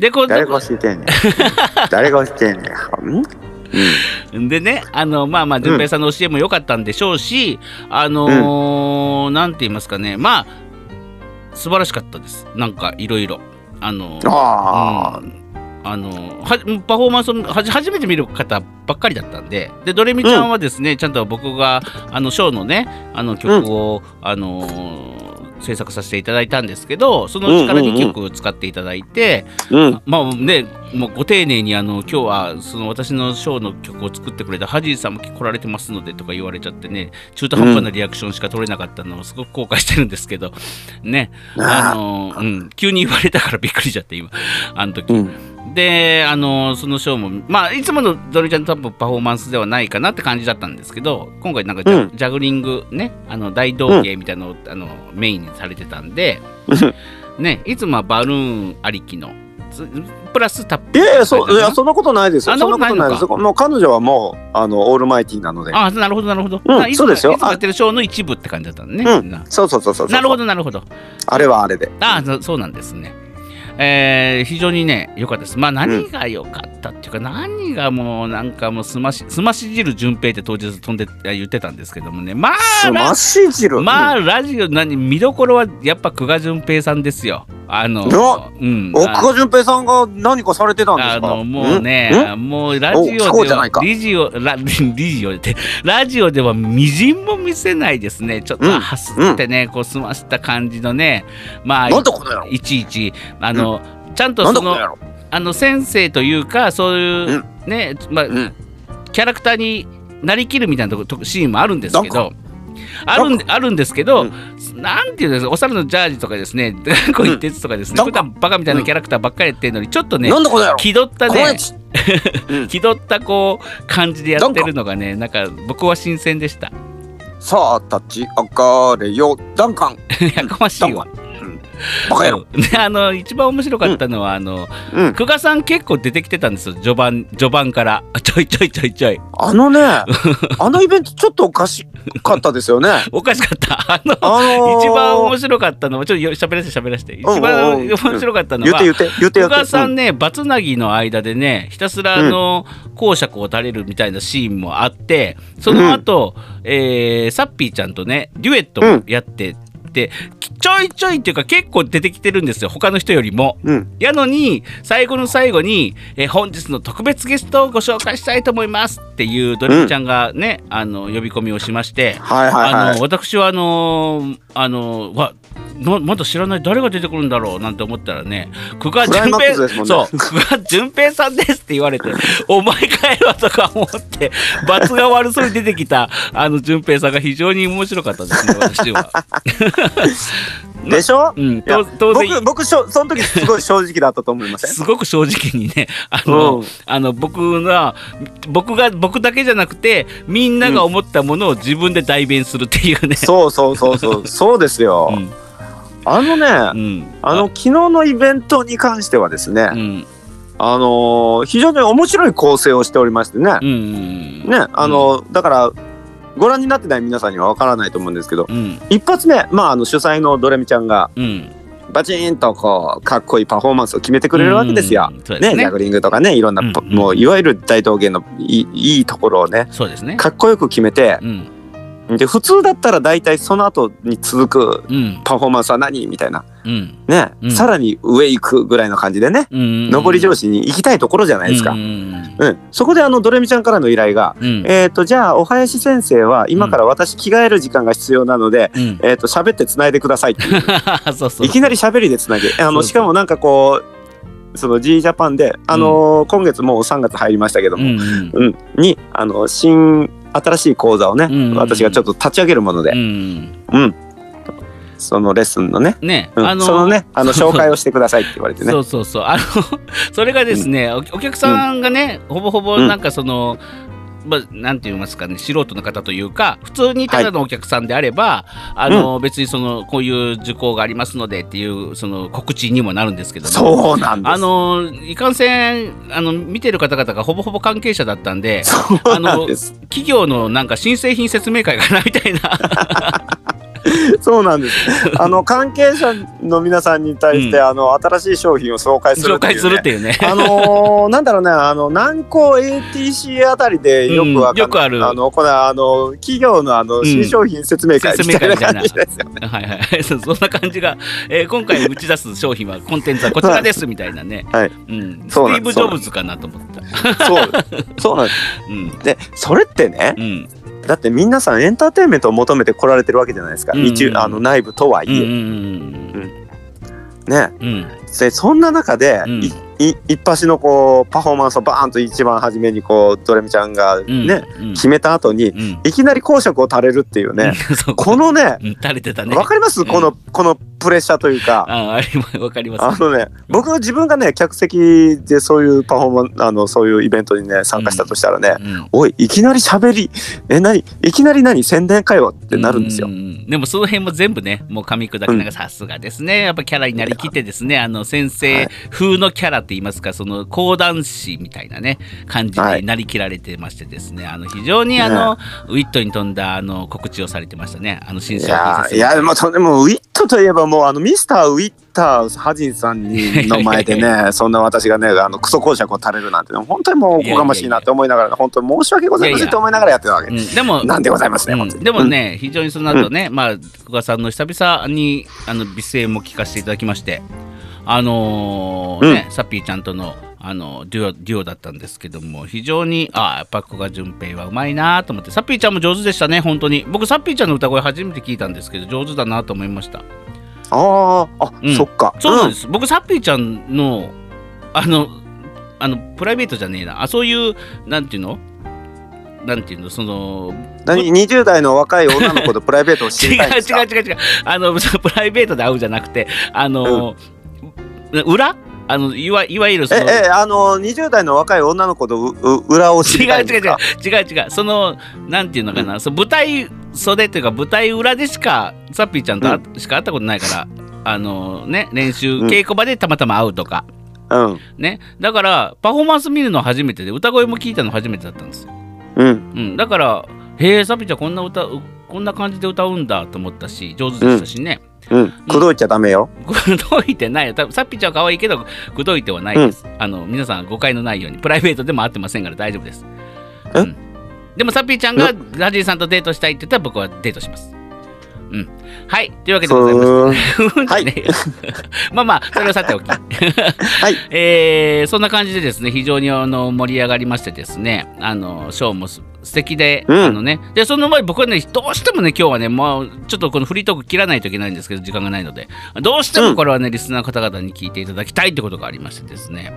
でこう誰が教えてんね ん。誰が教えてんねん。うんでねあのまあまあ順平さんの教えも良かったんでしょうし、あのーなんて言いますかねまあ素晴らしかったですなんかいろいろあのーああ、うんあのーはパフォーマンスをはじ初めて見る方ばっかりだったんででドレミちゃんはですね、ちゃんと僕があのショーのねあの曲を、あのー制作させていただいたんですけどそのうちからうんうんうん2曲使っていただいて、うん、まあね、もうご丁寧にあの今日はその私のショーの曲を作ってくれたハジーさんも来られてますのでとか言われちゃってね中途半端なリアクションしか取れなかったのをすごく後悔してるんですけど、ねあのうん、急に言われたからびっくりしちゃって今あの時、うんであのそのショーも、まあ、いつものドリちゃんとのパフォーマンスではないかなって感じだったんですけど今回なんかジャ,、うジャグリングねあの大道芸みたいなのを、あのメインにされてた んで、ね、いつもはバルーンありきのつプラスタップいやいや、そいや、そそんなことないですよ。あそんなことないそんなことないのでかす。もう彼女はもう、あの、オールマイティーなので。あなるほどなるほど、うんあいつもそうですよいつもやってるショーの一部って感じだったんね、うんみなそうそうそうそうそう。なるほどなるほどあれはあれで。あそそうなんですね。えー非常にね良かったです。まあ何が良かったっていうか、何がもうなんかもうすましすまし汁順平って当日飛んであ言ってたんですけどもねまあすまラし汁。まああ、ラジオ何見どころはやっぱ久賀順平さんですよ。あのうわうん奥あ川淳平さんが何かされてたんですあかのもうね、もうラジお聞オこうでじゃなはいかリジオラ リジオでラジオではみじんも見せないですね。ちょっうんとはすってね、こう済ました感じのね、まあんなんてことやろいちいちあの、ちゃんとなんそてことのやろあの先生というかそういううね、まあんキャラクターになりきるみたいなとことシーンもあるんですけなど。あるんであるんですけど、うなんていうんですかお猿のジャージとかですね、 こういう鉄とかですね、なん普か段バカみたいなキャラクターばっかりやってるのに、ちょっとねな、んてことやろ気取ったこれね、気取ったこう感じでやってるのがね、なんか僕は新鮮でした。さあ、立ち上がれよ。ダンカン。 やかましいわ。バカ野郎。で あの一番面白かったのは、あのうん。久我さん結構出てきてたんですよ序盤序盤からちょいちょいちょいちょいあの ね、あのイベントちょっとおかしかったです よね。おかしかった あの、あのー、一番面白かったのはちょっとよ喋らせて喋らせて一うんうん番面白かったの言っては言って言って久言って。我さんねバツナギの間でねひたすらあの講釈を垂れるみたいなシーンもあってその後、えーサッピーちゃんとねデュエットもやって。できちょいちょいっていうか結構出てきてるんですよ他の人よりも。うん。うん。やのに最後の最後に、えー本日の特別ゲストをご紹介したいと思いますっていうドレミちゃんがね、あの呼び込みをしまして、はいはいあはのい。私はあのーあのーわなまだ知らない誰が出てくるんだろうなんて思ったらね久我クライ淳マックス平、ですもんねそう久我淳平さんですって言われてお前かよとか思って罰が悪そうに出てきたあの淳平さんが非常に面白かったですね私は。でしょうん、いや当当然僕僕しょその時すごい正直だったと思い ませんすごく正直にね、あの、うんあの僕が、僕が、僕だけじゃなくて、みんなが思ったものを自分で代弁するっていうね。そうそうそうそうそうですよ、うんあのね、うんあの昨日のイベントに関してはですね、うん、あのー非常に面白い構成をしておりましてねう、ん、ねあのーだからご覧になってない皆さんにはわからないと思うんですけどうん、一発目、まあ、あの主催のドレミちゃんがうん、バチーンとこうかっこいいパフォーマンスを決めてくれるわけですよ。うん。そうでねすジねャ。グリングとかねいろんな、うんうんもういわゆる大道芸のいいいいところをねそうですね。かっこよく決めてうん、で普通だったら大体その後に続くうん、パフォーマンスは何みたいなうん、ね、うんさらに上行くぐらいの感じでねうん。上り調子子に行きたいところじゃないですか。うん、うん、そこであのドレミちゃんからの依頼が、うん、えっ、とじゃあお囃子先生は今から私着替える時間が必要なので、うんえっ、と喋って繋いでくださいっていう。 そうそう。いきなり喋りで繋 げ、あそうそうのしかもなんかこうその G ジャパンであのー今月もう3月入りましたけどうも、ん、うん、うん、にあの新新しい講座をね、うん私がちょっと立ち上げるものでう、ん、うん、そのレッスンのね、ね、うんあのそのねあの紹介をしてくださいって言われてねそ。うそう そうあのそれがですね、おお客さんがね、ほぼほぼなんかその、まあ、なんて言いますかね素人の方というか普通にただのお客さんであれば、あの別にそのこういう受講がありますのでっていうその告知にもなるんですけどもそうなんです。あのいかんせんあの見てる方々がほぼほぼ関係者だったんでそうなんです。企業のなんか新製品説明会かなみたいなそうなん です。あの関係者の皆さんに対して、うあの新しい商品を紹介する 紹って介いうすね、るっていうね。あのーなんだろうね、あの南高 ATC あたりでよくわかんないうんよくあるあのこれあの企業のあのん新商品説明会みたいな感じ説明ですよね。はいはい、そうそんな感じが、えー今回打ち出す商品はコンテンツはこちらですみたいなね、はいうん、ステそうィなーんブ・ですジョブズかなと思っ た。そう、そうなんでうんす。で、それってね、うんだって皆さんエンターテインメントを求めて来られてるわけじゃないですか。うん一応あの内部とはうんういえ、んね。うんうんで、そんな中で、うんいい一発のこうパフォーマンスをバーンと一番初めにこうドレミちゃんがうんね、うん決めた後に。うんいきなり公爵を垂れるっていうね、そうこのね、うん垂れてたねわかりますこの、このプレッシャーというか、ああれわかりまあすのね、僕自分がね、客席でそういうパフォーマンあの、そういうイベントにね、参加したとしたらね、うんおい、いきなり喋り、え、何いきなり何宣伝かよってなるんですよう。うでもその辺も全部ねもう噛み砕きながらさすがですねやっぱキャラになりきってですねあの先は生い風のキャラって言いますかその講談師みたいなね感じはいになりきられてましてですねあの非常にあのウィットに富んだあの告知をされてましたねあの新い商や品ーいやでもとでもウィットといえばもうあのミスターウィッターハジンさんにの前 でねそんな私がねあのクソ講釈を垂れるなんてね本当にもうおこがましいなって思いながら本当に申し訳ございませんと思いながらやってたわけうん、でもなんでございますねうん本当にでもね、非常にその後ね、まあ久我さんの久々にあの美声も聞かせていただきましてあのーね、サピーちゃんとのあのデュオデュオだったんですけども非常にあやっぱ古賀淳平はうまいなと思ってサピーちゃんも上手でしたね本当に僕サピーちゃんの歌声初めて聞いたんですけど上手だなと思いましたあーあ、うんそっかそうなんんです、僕サピーちゃんのあのあのプライベートじゃねえなあそういうなんていうのなんていうのその何20代の若い女の子とプライベートを知違うりたいんですか 違う違う違うあのそのプライベートで会うじゃなくてあの、裏あのいわいわゆるそえのえあの20代の若い女の子とうう裏を知違りたいんう違うで違すかう違う違うそのなんていうのかな、その舞台袖というか舞台裏でしかサッピーちゃんとあ、しか会ったことないからあのね練習うん稽古場でたまたま会うとか、うんねだからパフォーマンス見るの初めてで歌声も聞いたの初めてだったんですよ、うんうん、だからへえサッピーちゃんこんな歌うこんな感じで歌うんだと思ったし上手でしたしね、うん口説いちゃダメ よくどいてないよ。多分サッピーちゃんは可愛いけど、くどいてはないです。あの、皆さん誤解のないように、プライベートでも会ってませんから大丈夫です。えうんでもサッピーちゃんがラジーさんとデートしたいって言ったら僕はデートします。はい。というわけでございます。ふーん。うんじゃねえよまあまあ、それ はさておき。はい えー、そんな感じでですね、非常にあの盛り上がりましてですね、あの、ショーもす素敵で、うんあのね、で、その前に僕はね、どうしてもね、今日はね、もう、ちょっとこのフリートーク切らないといけないんですけど、時間がないので、どうしてもこれはね、リスナーの方々に聞いていただきたいってことがありましてですね、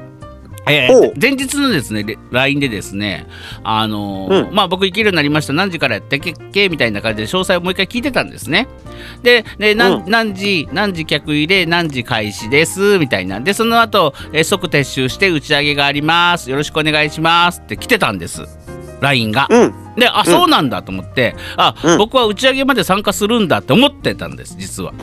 えおうー、前日のですね、レ LINE でですね、あのーまあ僕行けるようになりました何時からやってけっけみたいな感じで詳細をもう一回聞いてたんですね。でで何,、、うん何時何時客入れ何時開始ですみたいなでその後、えー即撤収して打ち上げがありますよろしくお願いしますって来てたんです LINE が。うんであそうなんだと思って、あ、うん僕は打ち上げまで参加するんだって思ってたんです実は。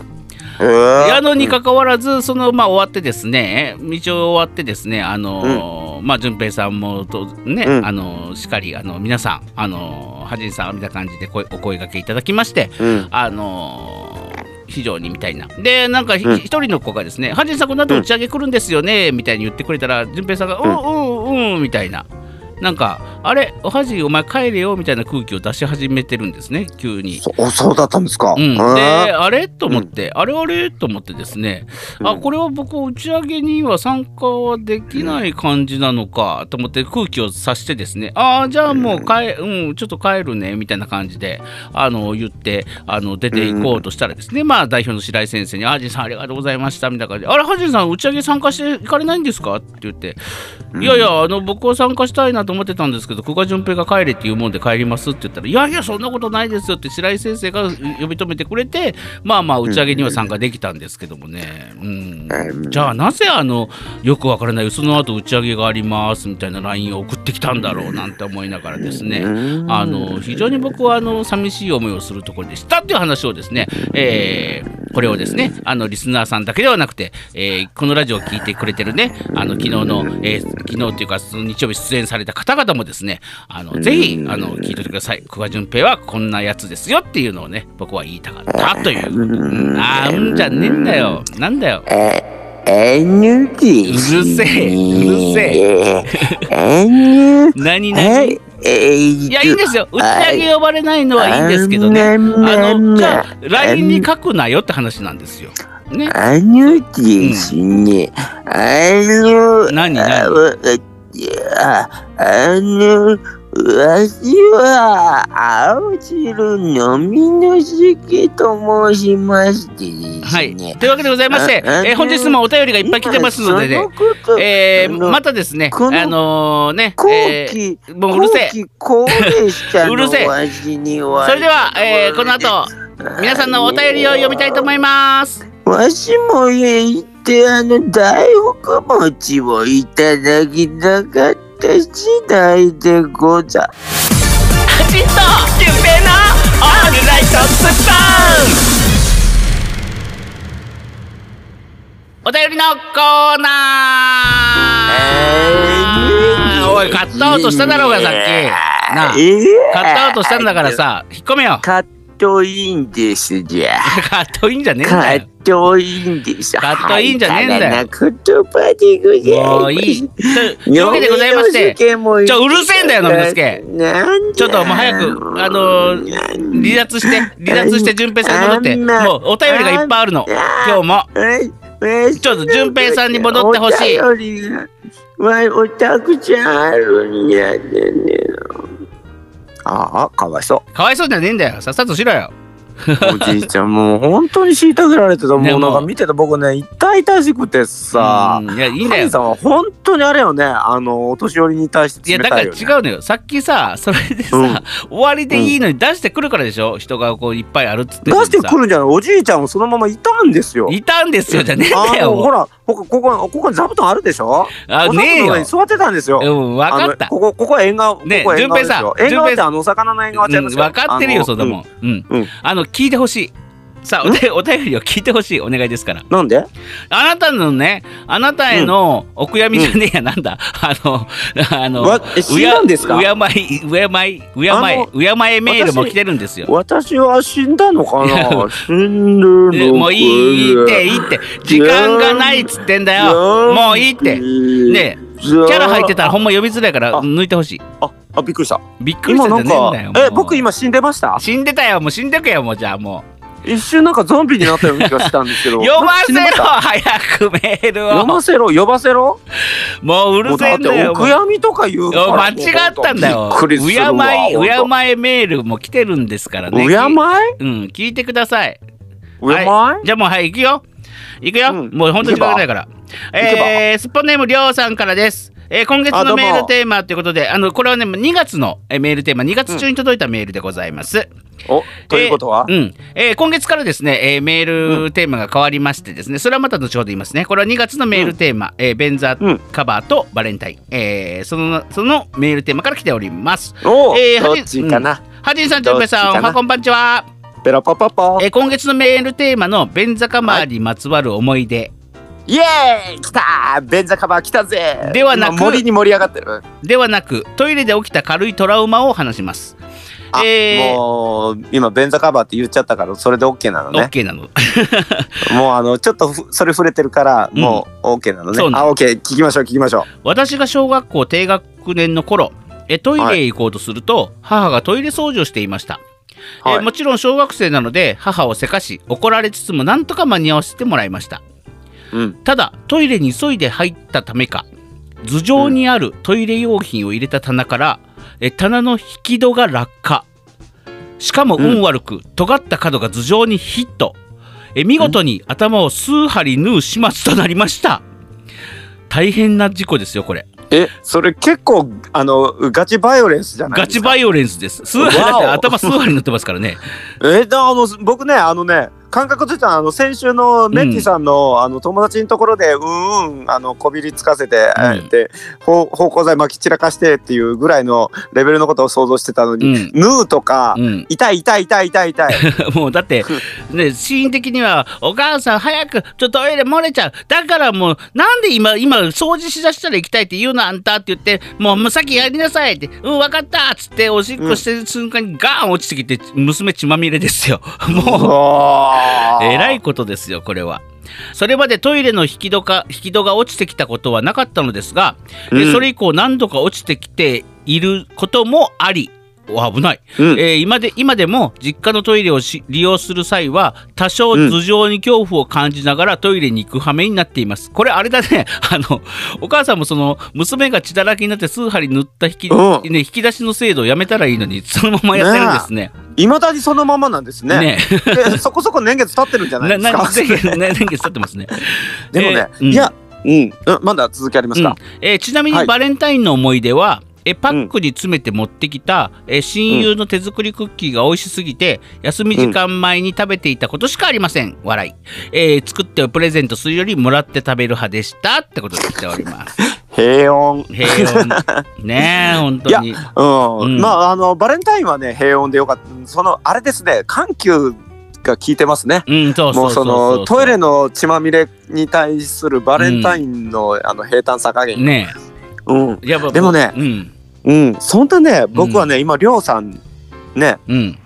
うわーやのにかかわらず、そのまあ終わってですね、道を終わってですね、あのーまあ順平さんもとね、うんあのーしっかりあの皆さんあのーはじんさんみたいな感じで声お声掛けいただきまして、うんあのー非常にみたいな。で、なんかひうん一人の子がですね、はじんさんこの後打ち上げ来るんですよねみたいに言ってくれたら、順平さんがうんうんうんみたいな。なんかあれおはじお前帰れよみたいな空気を出し始めてるんですね急にそそうだったんですかうん、うでーんあれと思って、あれあれと思ってですね、あうんこれは僕打ち上げには参加はできない感じなのかと思って空気を察してですねああじゃあもう帰、うん、ちょっと帰るねみたいな感じであの言ってあの出ていこうとしたらですね、まあ代表の白井先生に「あはじんさんありがとうございました」みたいな感じで「あれはじんさん打ち上げ参加していかれないんですか?」って言っていやいや、あの僕は参加したいなと思ってたんですけど、久我淳平が帰れっていうもんで帰りますって言ったら、いやいや、そんなことないですよって白井先生が呼び止めてくれて、まあまあ、打ち上げには参加できたんですけどもね、うん、うんじゃあなぜあの、よくわからない、その後打ち上げがありますみたいな LINE を送ってきたんだろうなんて思いながらですね。うんあの非常に僕はあの寂しい思いをするところでしたっていう話をですね、えーこれをですねあのリスナーさんだけではなくて、えーこのラジオを聞いてくれてるねあの昨日の、えー昨日というかその日曜日出演された方々もですねあのぜひあの聞いておいてください久我淳平はこんなやつですよっていうのをね僕は言いたかったという、うん、あーうんじゃねえんだよなんだよえ、えぬじ。うるせえうるせえ。えぬ。 何々え、え、いいや、いいんですよ。打ち上げ呼ばれないのはいいんですけどね。ああの、のじゃあ、LINE に書くなよって話なんですよ。ね。あのですね、あの、何何あわいやあの、私は、青汁のみのすけと申しましてですね。はい。というわけでございまして、ああえー本日もお便りがいっぱい来てますので今ねそ。のことえーあのまたですね、このあのね後、えー期、もううるせえ後期こうでしたのうるせえわしにはそれでは、えーこの後、皆さんのお便りを読みたいと思います。わしも言ってあの大福餅をいただきたかった次第でござカチンとキュンペイのオールライトスッポンお便りのコーナえーーおいカットアウトしただろうがさっきなあええカットアウトしたんだからさ引っ込めよカットインですじゃカットいいんじゃねえんカだよットインですカットインじゃねえんだよはいからな言葉でございますもういいとというわけでございましてちょちょうるせえんだよのびのすけなんでちょっともう早くあのなーんで離脱して離脱して順平さんに戻ってあんなもうお便りがいっぱいあるの今日もちちょっと順平さんに戻ってほしいお便りがわいおたくちゃんあるんやでね。ああ、かわいそ かわいそうじゃねえんだよさっさとしろよう。おじいちゃん、もう本当に虐げられてた。ねもうなんもかう見てた僕ね、痛々しくてさう。んいやいいんだハよリーさんは本当にあれよね、あの、お年寄りに対していや冷だかたらい違よ、うね。のよさっきさそれでさ、うん終わりでいいのに出してくるからでしょ人がこういっぱいあるっつっ出てんのにさしてくるんじゃないおじいちゃんもそのままいたんですよ。いたんですよじゃねえんだあよのほもうら、ここ、ここ、ここに座布団あるでしょあお座ねえ布団のよ上に座ってたんですよ。うん分かったあのここ、ここは縁側。ここねは縁側ですよ。順平さん縁側ってあの、お魚の縁側ちゃいますよ分かってるよあのそんなもんうん、うんあの聞いてほしいさあお手お便りを聞いてほしいお願いですからなんであなたのねあなたへのお悔やみじゃねえや、なんだあのあのわえ死んだんですかうやうやまいうやまいうやまあいのうやまえメールも来てるんですよ私は死んだのかいやな死んるのかねなもういいっていいって時間がないっつってんだよもういいってねえキキャラ入ってたらほんま呼びづらいからあ抜いてほしいあ、あ、びっくりした。びっくりし今たなんんじゃねえかんだえ、よ、もう僕今死んでました死んでたよもう死んでくよもうじゃあもう一瞬なんかゾンビになったような気がしたんです けど。読ませろな早くメール読をませろ、呼ばせろ。もううもるうせだえっんてだよお悔やみとか言うから。お間違ったんだよびっくりすうるやわまいほんうとやまえメールも来てるんですからねうやまいうん聞いてくださいうやまいじゃあもうはい行くよ行くよ、うんもう本当に時間がないから行けばえー、スッポンネームりょうさんからですえー今月あどのうもメールテーマということであのこれはね2月のえーメールテーマ2月中に届いたメールでございます、お、ということはえーうんえー今月からですね、えーメールテーマが変わりましてですね、それはまた後ほど言いますね。これは2月のメールテーマ、えーベンザうんカバーとバレンタイン、えーその、そのメールテーマから来ております。おえーどっちかなはじんさん、じゅんぺいどさん、おっちかなはこんばんちは。ペラパパパえー今月のメールテーマのベンザカバーにまつわる思い出イエーイ来たーベンザカバー来たぜではなく今森に盛り上がってる。ではなく、トイレで起きた軽いトラウマを話します。あ、えーもう今ベンザカバーって言っちゃったからそれで OK なのね OK なの。 もうあのちょっとふそれ触れてるからうんもう OK なのね、そうなあ OK 聞きましょう聞きましょ私が小学校低学年の頃えトイレへ行こうとすると、母がトイレ掃除をしていました、はいえもちろん小学生なので母をせかし怒られつつもなんとか間に合わせてもらいましたううんただトイレに急いで入ったためか頭上にあるトイレ用品を入れた棚から、え棚の引き戸が落下しかも運悪く、尖った角が頭上にヒットえ見事に頭を数針縫う始末となりました大変な事故ですよこれえそれ結構あのガチバイオレンスじゃないガですチかバイオレンスです。数わお針だって頭数針乗ってますからね。えだあの僕ねあのね感覚としてはあの先週のメッキさんの,、あの友達のところでうんうんあのこびりつかせて、うんでほう芳香剤まき散らかしてっていうぐらいのレベルのことを想像してたのうに、ん。ヌーとか、うん、痛い痛い痛い痛い痛い もうだって、ね、シーン的には、お母さん早く、ちょっとトイレ漏れちゃう。だからもう、なんで今、今、掃除しだしたら行きたいって言うの、あんたって言って、もう、もう先やりなさいって、うん、わかったっつって、おしっこしてる瞬間にガーン落ちてきて、娘血まみれですよ。もう、えらいことですよこれは。それまでトイレの引き戸か引き戸が落ちてきたことはなかったのですが、えうんそれ以降何度か落ちてきていることもありお危ない、うんえー今で今でも実家のトイレをし利用する際は多少頭上に恐怖を感じながらトイレに行く羽目になっていますこれあれだね あのお母さんもその娘が血だらけになって数針塗った引き,、うね、引き出しの制度をやめたらいいのにそのままやってるんですね。いまだにそのままなんですね ねでそこそこ年月経ってるんじゃないですかぜひ、ね、年月経ってますね。でもね、えーうんいや、うん、うんまだ続きありますか、うんえーちなみはにいバレンタインの思い出は、えパックに詰めて持ってきた、えー親友の手作りクッキーが美味しすぎて休み時間前に食べていたことしかありません笑い、えー作ってプレゼントするよりもらって食べる派でしたってことで来ております平穏平穏ねえ本当にうん、うんまああのバレンタインはね平穏でよかったそのあれですね緩急が効いてますねうんそうもそそうううそそうのトイレの血まみれに対するバレンタインの、あの平坦さ加減、ねうんえやっぱでもねうんうんそんなね僕はね、今りょうさんねうん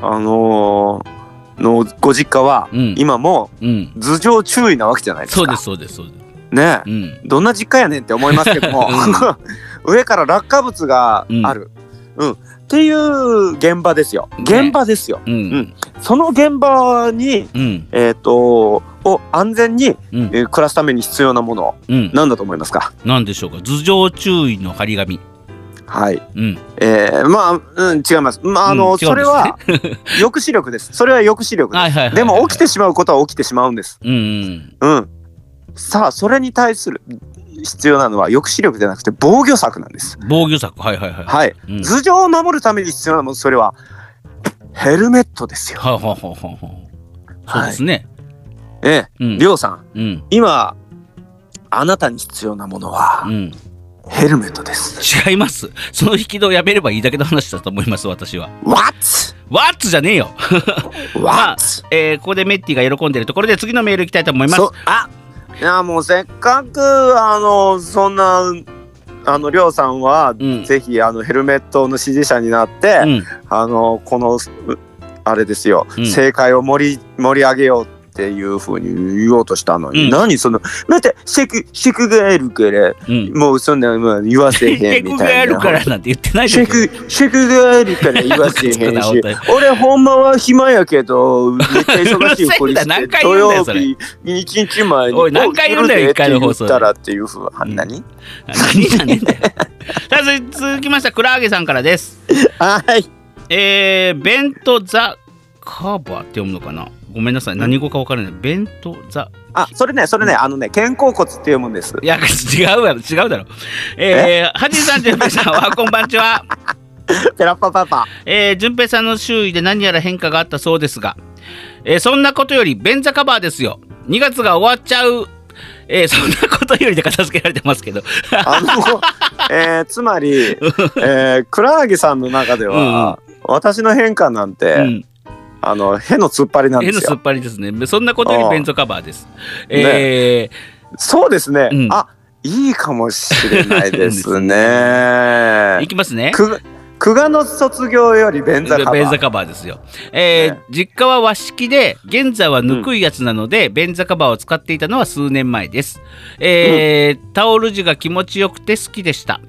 あのーのご実家はうん今もうん頭上注意なわけじゃないですかそうですそうですそうですねうんどんな実家やねんって思いますけども、 上から落下物がある、うんっていう現場ですよね現場ですよ、うんその現場にうんえっ、とを安全に、うんえー暮らすために必要なものうんなんだと思いますかなんでしょうか頭上注意の張り紙はいうんえー、まあ、うん、違いますまああの、うん違うんですねそれは 抑止力ですそれは抑止力です、はいはいはいはいでも起きてしまうことは起きてしまうんですうんうんうんさあそれに対する必要なのは抑止力じゃなくて防御策なんです防御策はいはいはいい、はいうん、頭上を守るために必要なものそれはヘルメットですよ。はははははそうはでいす。ね、えうえ、んりょうさん、うん今あなたに必要なものうはん、ヘルメットです。違いますその引き戸をやめればいいだけの話だと思います私は What? ワッツじゃねえよ、まあ What? えー、ここでメッティが喜んでるところで次のメールいきたいと思いますそあいやもうせっかくあのそんなあのりょうさんは、うんぜひあのヘルメットの支持者になって、うんあのこのうあれですよ、うん正解を盛り盛り上げようっっていうふうに言おうとしたのに、うん何そのまたセクセクがあるからうん。もうそんな、まあ、言わせへ結んみ局たやいるなからなんて言ってないシェでしク、ょ。シェクがあるから言わせ へんムカつくしな 本、俺ほんまは暇やけど、めっちゃ忙 しいふりうるせえんだ何して、回言土うんだ曜よそれ日、一日前に、おい何回言うんだよお来るで一回の放送って言ったらっていうふう、あんなに何やねんだよ。さあ続続きましたクラゲさんからです。はい。えー、ベントザカバーって読むのかなごめんなさい何語か分からない、ベントザあ、それね、それね、あのね、肩甲骨って読むんです。いや違うやろ違うだろえー、はじいさんじゅんぺいさん はこんばんちはペラッパパパ。えー、じゅんぺいさんの周囲で何やら変化があったそうですが、えー、そんなことよりベンザカバーですよ2月が終わっちゃうえー、そんなことよりで片付けられてますけど あの、えーつまり、えー、クラーゲさんの中では、私の変化なんて、うんあの、への突っ張りなんで変のすすっよ。ぱりですねそんなことよりベンゾカバーですねえそうですね。うんあ、いいかもしれないでですすね ー、い。きますねく久我の卒業より便座カバーベンザカバーですよ、えーね実家は和式で現在はぬくいやつなので、ベンザカバーを使っていたのは数年前です、えータオル地が気持ちよくて好きでした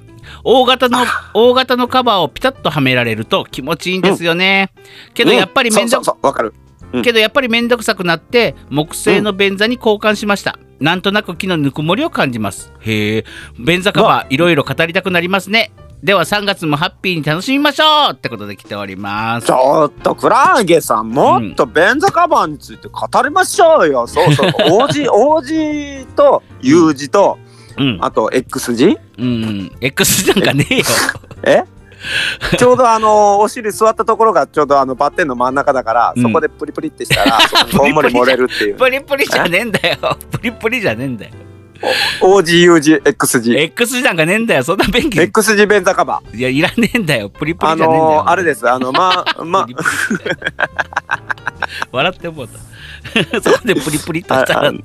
大型の大型のカバーをピタッとはめられると気持ちいいんですよね、けどやっぱりめ面んそ倒うそうそうわかるうんけどやっぱり面倒くさくなって木製の便座に交換しました、なんとなく木のぬくもりを感じますへえ便座カバーいろいろ語りたくなりますねでは3月もハッピーに楽しみましょうってことで来ておりますちょっとクラーゲさんもっと便座カバーについて語りましょうよ、そうそう王 子王子と U 字とうん、あと X 字うん、X なんかねえよ。えちょうどあ のお尻座ったところがちょうどあのバッテンの真ん中だから、うんそこでプリプリってした らそこにこんもり漏れるっていうプリプリじゃねえんだよ。プリプリじゃねえんだよ。王子 U 字 X 字 X なんかねえんだよ。そんな便利。 X 字便座カバーいや、いらねえんだよ。プリプあリじゃねえんだよ。のー、あれですあのま あまあプリプリだよ 笑って思った。 そこでプリプリとしあたあら。ね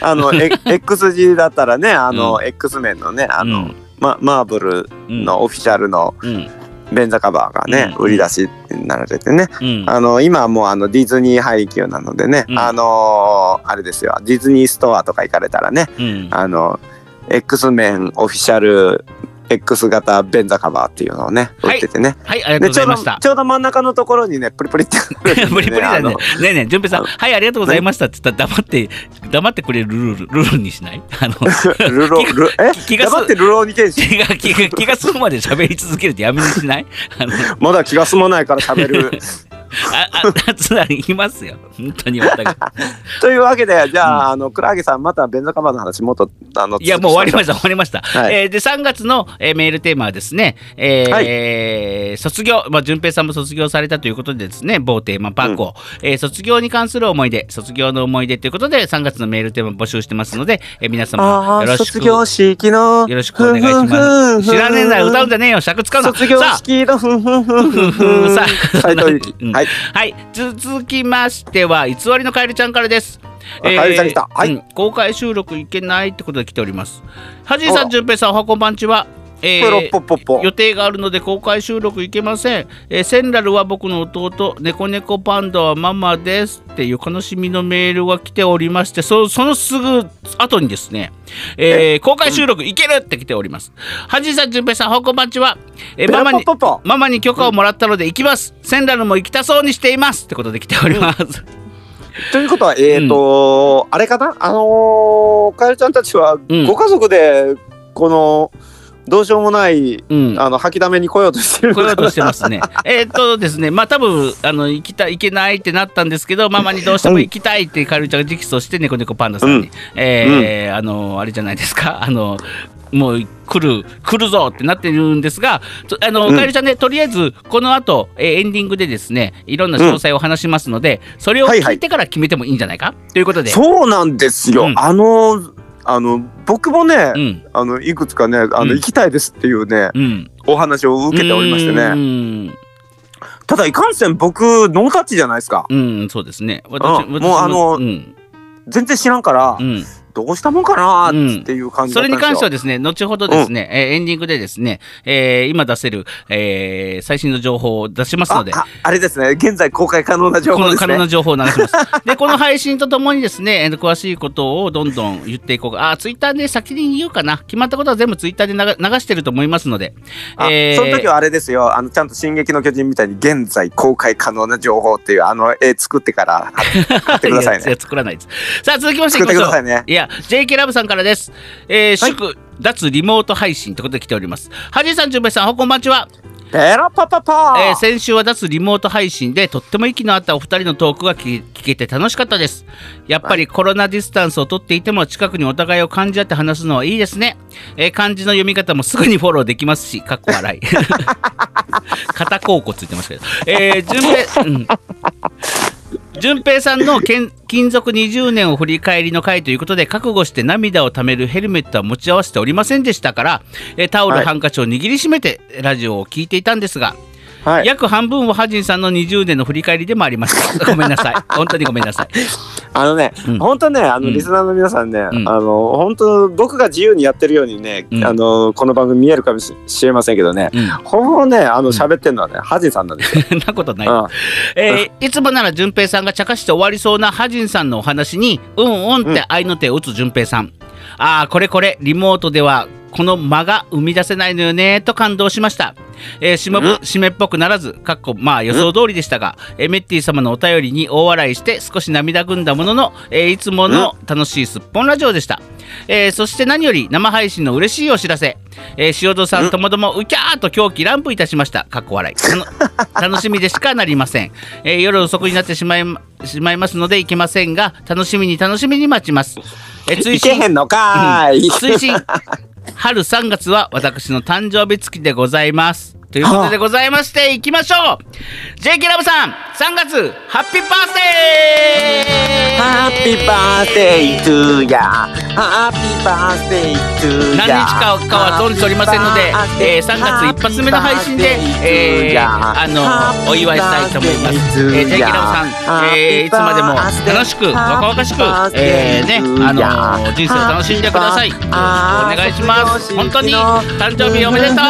あの え X 字だったらねあの、X 面のねあの、うんま、マーブルうんのオフィシャルのうん便座カバーがね、うん売り出しになられてね、うんあの今はもうあのディズニー配給なのでね、うんあのーあれですよディズニーストアとか行かれたらねうんあの X 面オフィシャル X 型便座カバーっていうのをねは売いっててね、はい、ありがとうでごちょざいうまどした。ちょうど真ん中のところにねプリプリって プリプリだね。ねのえねえ、淳平さん、あのはい、ありがとうございましたって言ったら、黙って、黙ってくれるルール、ルールにしないあの、ルロルえ気がす黙ってルローニケンシ気が気が気が済むまで喋り続けるってやめにしないあのまだ気が済まないから喋るあああつらいますよ本当にお互い というわけで、じゃあ、あの、クラゲさん、またベンザカバーの話、もっと、あの、いやもう終わりましした終わりました、はいえーで3月の、えーメールテーマはですね、えーはいえー卒業まあ順平さんも卒業されたということでですね某テーマパークを、えー卒業に関する思い出卒業の思い出ということで3月のメールテーマ募集してますので、えー皆あ様よあ、ろし卒く業よ式の。ろしくお願いしふまんすふんふん知らねえな歌うんじゃねえよ尺使うな卒業さあ式の、ふんふんふんふんふん。さあ斉藤由う貴。んはい。はい、続きましては、偽りのカエルちゃんからです。あカエルちゃん来たはいうん公開収録行けないってことで来ております。はじいさあん、らじゅんぺいさん、おはこんばんちは。えープロッポッポッポ。予定があるので公開収録行けません、えーセンラルは僕の弟猫猫パンダはママですっていう悲しみのメールが来ておりましてそそのすぐ後にですね、えー公開収録行けるって来ておりますはじいさんじゅんぺいさんほこばんちは、えーペマロマポにッポッポ。ママに許可をもらったので行きます、センラルも行きたそうにしていますってことで来ております、ということは、えっと、あれかなあのー、カエルちゃんたちは、んご家族で、この、どうしようもない、うんあの、吐き溜めに来ようと してる。来ようとしてますね。えーっとですね、まあ多分あの行きたい行けないってなったんですけど、ママにどうしても行きたいってカエルちゃんが直訴して猫猫パンダさんに、えーあのあれじゃないですか、あのもう来る来るぞってなってるんですが、とあのうんカエルちゃんねとりあえずこの後、えーエンディングでですね、いろんな詳細を話しますので、それをはいは聞いいてから決めてもいいんじゃないかということで、そうなんですよう。んあの、あの、僕もね、うんあの、いくつかね、あうんの、行きたいですっていうね、うんお話を受けておりましてうね。ーんただいかんせん僕ノータッチじゃないですか。うん、そうですね。私うんもうあのうん、全然知らんから、うん、どうしたもんかなうんっていう感じそだったれんでにすよ、関してはですね、後ほどですね、えーエンディングでですね、えー今出せる、えー最新の情報を出しますので、あああれですね現在公開可能な情こ報のです可能ねな情報を流し ます。で、この配信とともにですね、えー詳しいことをどんどん言っていこうか。あ、ツイッターで先に言うかな。決まったことは全部ツイッターで流流してると思いますので。あえーその時はあれですよあのちゃんと「進撃の巨人」みたいに現在公開可能な情報っていうあの絵作って から貼ってくださいやねや作ら ないです。さあ、続きまして作いっきてくましょうだ。さいねいや、JK ラブさんからです。えー祝、脱リモート配信ってことで来ております。はじいさん、じゅんべいさん、ほこんばんちは。ペロパパパー、えー先週は脱リモート配信でとっても息の合ったお二人のトークが聞聞けて楽しかったですやっぱりコロナディスタンスをとっていても近くにお互いを感じ合って話すのはいいですね、えー漢字の読み方もすぐにフォローできますしかっこ笑い 肩甲骨ついてましたけどえー、順平うん順平さんのけん勤続20年を振り返りの回ということで覚悟して涙をためるヘルメットは持ち合わせておりませんでしたからえータオル、はいハンカチを握りしめてラジオを聞いていたんですがはい、約半分はハジンさんの20年の振り返りでもあり ました。ごめんなさい。本当にごめんなさい。あのね、うん本当ねあうのんリスナーの皆さんね、んあの本当僕が自由にやってるようにね、うんあのこの番組見えるかもししれませんけどね うん、ほぼねあの喋ってるのはね、ハジンさんなんですよ、そんなことない。うんえーいつもなら順平さんが茶化して終わりそうなハジンさんのお話に、うんうんっうんて愛の手を打つ順平さん。ああ、これこれ、リモートではこの間が生み出せないのよね、と感動しました。えー、しもうん締めっぽくならず、かっこまあ予想通りでしたが、えーメッティ様のお便りに大笑いして少し涙ぐんだものの、えーいつもの楽しいすっぽんラジオでした。えーそして何より生配信の嬉しいお知らせ、えー塩戸さんともどもうきゃーと狂気乱舞いたしましたかっこ笑いあの楽 しみでしかなりません、えー夜遅くになってしまいしまいますのでいけませんが楽しみに楽しみに待ちます、えー追いけ伸へんのかーい、推進春3月は私の誕生日付きでございますということでございましていきましょう JK ラブさん3月ハッピーバースデーハッピーバースデートゥーヤハッピーバースデートゥーヤ何日かかは存じておりませんので、えー、3月一発目の配信で、えー、あのお祝いしたいと思います。えー、ジェイキラムさん、えー、いつまでも楽しく若々しく、えー、ねあの人生を楽しんでください。よろしくお願いします。本当に誕生日おめでとう。知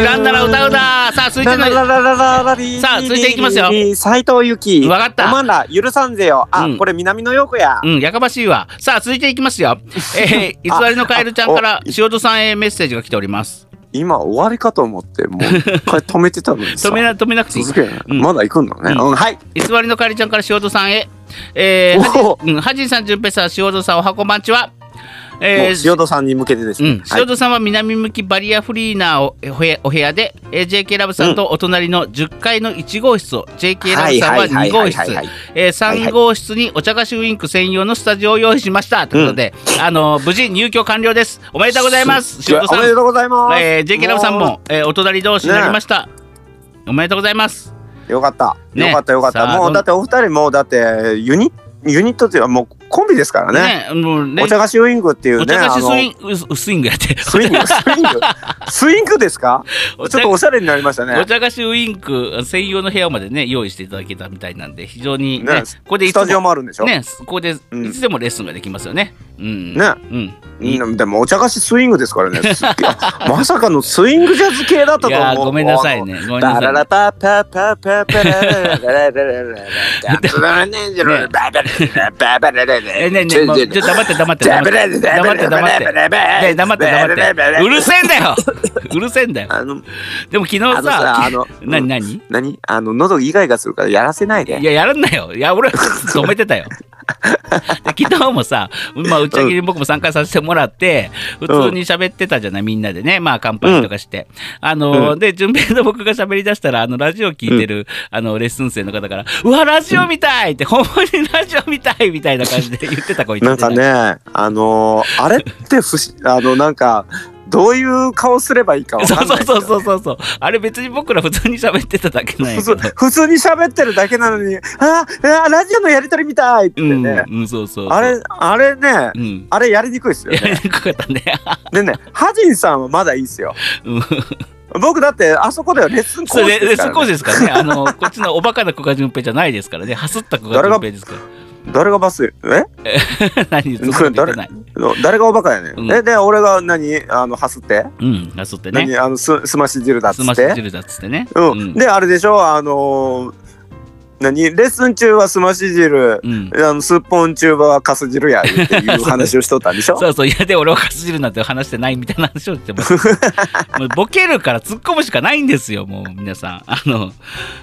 らんなら歌うだ。さあ続いてのさあ続いていきますよ斉藤由紀わかったおまんら許さんぜよあ、うんこれ南の陽子や、うん、やかましいわ。さあ、続いていきますよ。え ー、偽りのカエルちゃんから、塩戸さんへメッセージが来ております。今終わりかと思ってもう一回止めてたのにさ 止めな、止めなくていい続。ける、うんまだ行くんだね、ううんはい偽りのかえりちゃんから塩戸さんへ。えー、おはじ、うん、はじいさん、じゅんぺいさん、塩戸さん、おはこんばんちは。えーもう塩戸さんに向けてですうね、ん、はい塩戸さんは南向きバリアフリーなおお部屋お部屋で、えー JK ラブさんとお隣の10階の1号室を JK ラブさんは2号はいはいはいはいはい室えー3号室にお茶菓子ウインク専用のスタジオを用意しましたということで、あのー無事入居完了ですおめでとうございますい塩やお戸さんめ、でとうございます、えー JK ラブさんも、えーお隣同士になりました、おめでとうございますよかった。ねよかったよかっさあた。もどんうだってお二人もうだってユニユニットっていうかもうコンビですからね。ねもうねお茶菓子ウイングっていうね。お茶菓あ子スのイングスイングやってス イングスイングスイングですか？おちょ茶っとおしゃれになりましたおね。茶菓子ウインク専用の部屋までね用意していただけたみたいなんで非常にねねここでいスつもタジオもあるんでしょ？ねここでいうんつでもレッスンができますよね。うん、ねうん、いいうんでもお茶菓子スイングですからね。すっげえまさかのスイングジャズ系だったといやー思う。ごめんなさい。ねごめんなダさラいねラパパパパパラララララララララねえねええねえねえもうちょっと黙って黙って黙って黙って黙ってねえ黙って黙ってうるせえんだようるせえんだよあのでも昨あ日のささあの何うん何何あの喉イガイガするからやらせないでいややらんなよいや俺は止め てたよで昨日もさ、まあ、打ち上げに僕も参加させてもらって普通に喋ってたじゃないみんなでねまあ乾杯とかして、あのーうで順平の僕が喋り出したらあのラジオ聞いてる、あのレッスン生の方から「うわラジオみたい!」って「ほんまにラジオみたい!」みたいな感じで言ってた子いてなんかねあのーあれって不思あのなんかどういう顔すればいいかわそかうんなそいんうですよそうそうそうそうあれ別に僕ら普通に喋ってただけなんや普けど通普通に喋ってるだけなのにあーあーラジオのやりとりみたいってうん、ね、うん、そうそうそうあれあれねうんあれやりにくいですよやりねにくかったねでねハジンさんはまだいいですようん僕だってあそこではレッスン講そ師れレでレすかッスンら、講師ね、ですからね。あの、こっちのおバカな子が順平じゃないですからね。はすった子が順平ですから。 誰がバスえ何そこまで言ってない。の誰がおバカやねん、うんえで俺が何あのハスって、うん、なそってね。何あのすすまし汁だっつすまっして汁だっつってね。うん、うん。であれでしょあのー何レッスン中はすまし汁うんあのすっぽん中はかす汁や言うっていう話をしとったんでしょ そうそう、いやで俺はかす汁なんて話してないみたいな話をして ます。もうボケるから突っ込むしかないんですよ、もう皆さん。あの、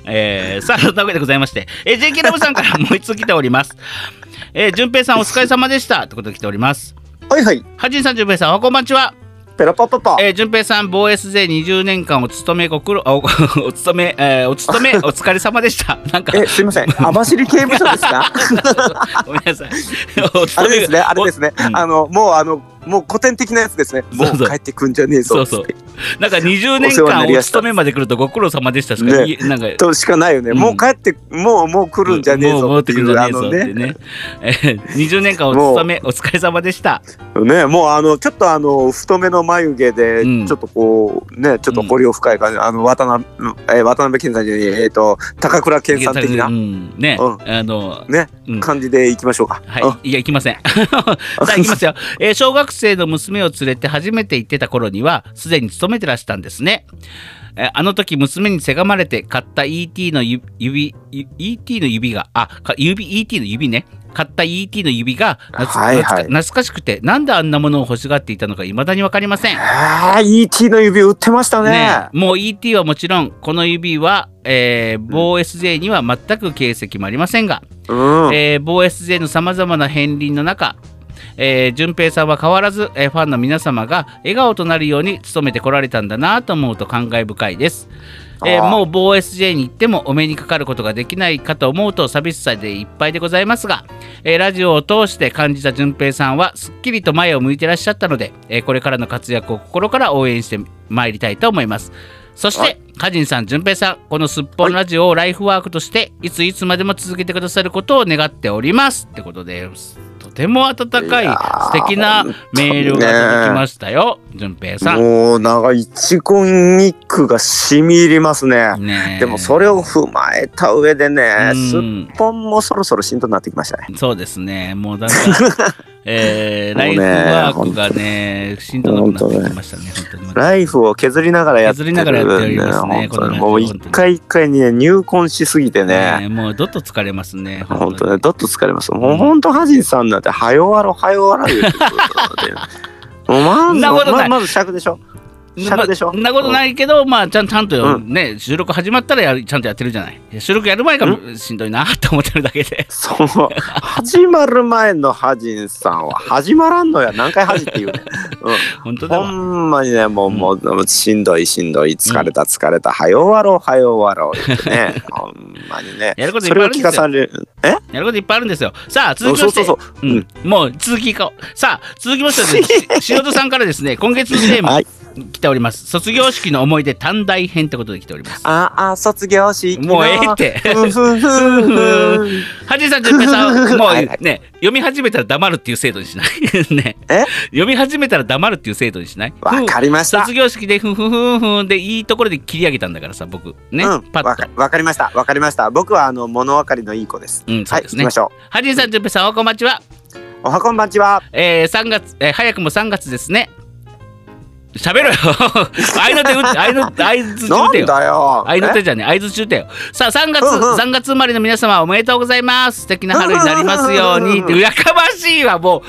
えー、さあ、そんなわけでございまして、えー、JK ラブさんからもう一通来ております。えー、順平さんお疲れ様でした。ってことで来ております。はいはいはじんさん、順平さん、おはこんばんちは。ペラパパパえー、順平さん、防衛勢20年間お勤めご苦労、あお お勤め、えー、お勤 め、お疲れ様でした。 なんか、えすいません網走刑務所です かごめん なさい。おあ勤れめですねあれですね、うんあのもうあのもう古典的なやつですねそうそうもう帰ってくんじゃねえぞそっうつそっうて。なんか20年お世話に間なりおました勤めまで来るとご苦労様でしたしか、ねいなんか。としかないよね、うんもう帰ってもうもう来るんじゃねえもうぞ戻っってていくるんうじゃあねえのぞってねね。えー20年間お勤めお疲れ様でした。ねもうあのちょっとあの太めの眉毛で、うんちょっとこうねちょっと彫りを深い感じ、あの渡辺えー渡辺謙さんじゃねええーと高倉健さん的うなんね、うあの、ねうん感じでいきましょうか。うんはい、いや、行きません。さあ、行 きますよ、えー小学生の娘を連れて初めて行ってた頃には、すでに勤めてらしたんですね。えーあの時、娘にせがまれて買った ET のゆ指、ゆ ET の指が、あ、か指、ET の指ね。買った ET の指が懐か,、はいはい懐かしくて、なんであんなものを欲しがっていたのか未だにわかりません。ああ E.T. の指売ってましたね。ねえもう ET はもちろんこの指は、えー、防 SJ には全く形跡もありませんが、うん、えー、防 SJ のさまざまな片鱗の中えー、順平さんは変わらず、えーファンの皆様が笑顔となるように努めてこられたんだなと思うと感慨深いです、えーあーもう某 SJ に行ってもお目にかかることができないかと思うと寂しさでいっぱいでございますが、えーラジオを通して感じた順平さんはすっきりと前を向いてらっしゃったので、えーこれからの活躍を心から応援してまいりたいと思いますそしはて、カジンさん、順平さん、このすっぽんラジオをライフワークとして、いついつまでも続けてくださることを願っております。ってことで、とても温かいいや素ー敵なメールが届きましたよ、順平さん。もうなんか一言一句が染み入りますね。ねえでもそれを踏まえた上でね、うんすっぽんもそろそろしんどくなってきましたね。そうですね、もうだ んだん、えもうー、ライねフワークがね、しんどくなってきましたね、本当に。ライフを削りながらやってるんで削りながらやっておりますね本当にこのもうラジオ一回一回にね入魂しすぎてねね。えもうどっと疲れますね、本当ね、どっと疲れます。もう本当ハジンさんなんて、はよわろ、はよわろ言うてくる のでもうまず、なことないままず尺でしょ。尺でしょ。まそんなことないけど、まあ、ちゃんちゃんとうね、収録始まったらやるちゃんとやってるじゃない。いや収録やる前からしんどいなって思ってるだけで。 そう始まる前のハジンさんは始まらんのや何回ハジって言うね、本う当ん、だほわ。んまにねもう,、もうもうしんどいしんどい疲れた疲れたはよわろうはよわろう言って ねほんまにねやることいっそぱれをいあるん聞でかすよさ。れるえやることいっぱいあるんですよ。さあ、そ続うきまそうして。そうううんん、もう続きいこう。さあ、続きま しては、ね、し塩田さんからですね、今月のテーマはい来ております。卒業式の思い出短大編ってことで来ております。ああ卒業式のもうええってふんふんふんふんはじいさん、じゅんぺいさん、もう はいはいね、読み始めたら黙るっていう制度にしない。 ね、え読み始めたら黙るっていう制度にしない。わかりました卒業式でふんふんふんふんでいいところで切り上げたんだからさ僕ね、うんパわッかと。わかりましたわかりました僕はあの物分かりのいい子です、うん、そはいうです行ね。きましょはじいさん、じゅんぺいさん、おこまちは、うおはこんばんち はえー、3月、えー早くも3月ですね。喋ろよ。 あいの手打 って、あいの手、あいずな打んてよ。だよあいの手じゃねえ、あいず中手よ。さあ、3月、うんうん3月生まれの皆様、おめでとうございます。素敵な春になりますよううに。んうんうんうんやかましいわ、も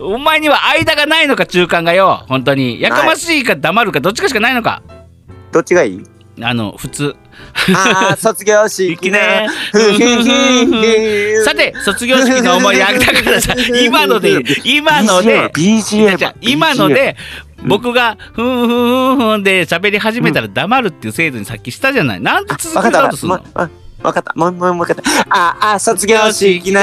う。お前には間がないのか、中間がよ。本当に。やかましいか、黙るか、どっちかしかないのか。えどっちがいいあの、普通。ああ、卒業式ね。さて、卒業式の思い出、あだか らさ、今のでいい、今ので、じゃ BGM じゃ。今の、で僕がふんふんふんふんで喋り始めたら黙るっていう制度にさっきしたじゃない。なんで続わけかったよたうとするわのかった。わかった。もう、もう、もう、かった。ああ、卒業式ね。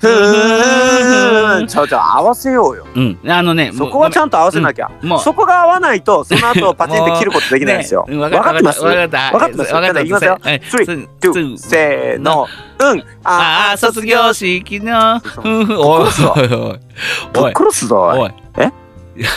ふーん。ちょ、ちょ、合わせようよ。うん。あのね、そこはちんゃんと合わせなきゃうんもう。そこが合わないと、その後パチンって切ることできないんですよ。わわかってますわわかかっっ。たてますわかった。いきますよ。はいスリツーー、ツツー、ーせーの。うん。ああ、卒業式。式の、ふんふん、ぶおっい殺すわおいおい。ぶっ殺すぞ、おい。おい。えいや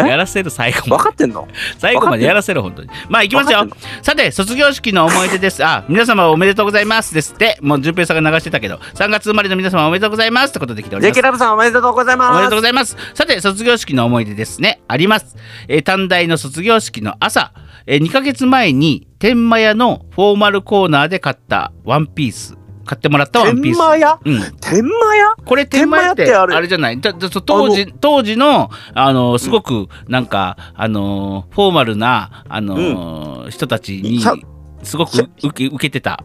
え やらせる最後分までかってんの最後までやらせる本当にまあ行きますよ分かさて卒業式の思い出ですあ皆様おめでとうございますですってもう順平さんが流してたけど3月生まれの皆様おめでとうございますってことで来ております JK ラブさんおめでとうございますおめでとうございます。さて、卒業式の思い出ですね。あります。えー短大の卒業式の朝、え2ヶ月前に天満屋のフォーマルコーナーで買ったワンピース。買ってもらったワンピー天ス。満屋うん、天満屋これ天満屋って天満屋ってあるあれじゃないだだそう当時当時のあのすごくなんか、あのフォーマルなあの、人たちにさすごくさ受け受けてた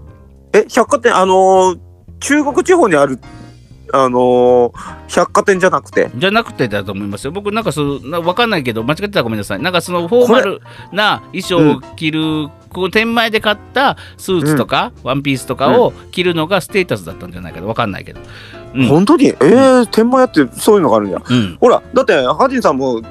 え百貨店あのー中国地方にあるあのー百貨店じゃなくてじゃなくてだと思いますよ。僕なんかそのなわかんないけど間違ってたらごめんなさい。なんかそのフォーマルな衣装を着る、こう天前で買ったスーツとか、ワンピースとかを着るのがステータスだったんじゃないかなわかんないけど。うん本当にえー、天満屋ってそういうのがあるんやうん。ほらだってハジンさんも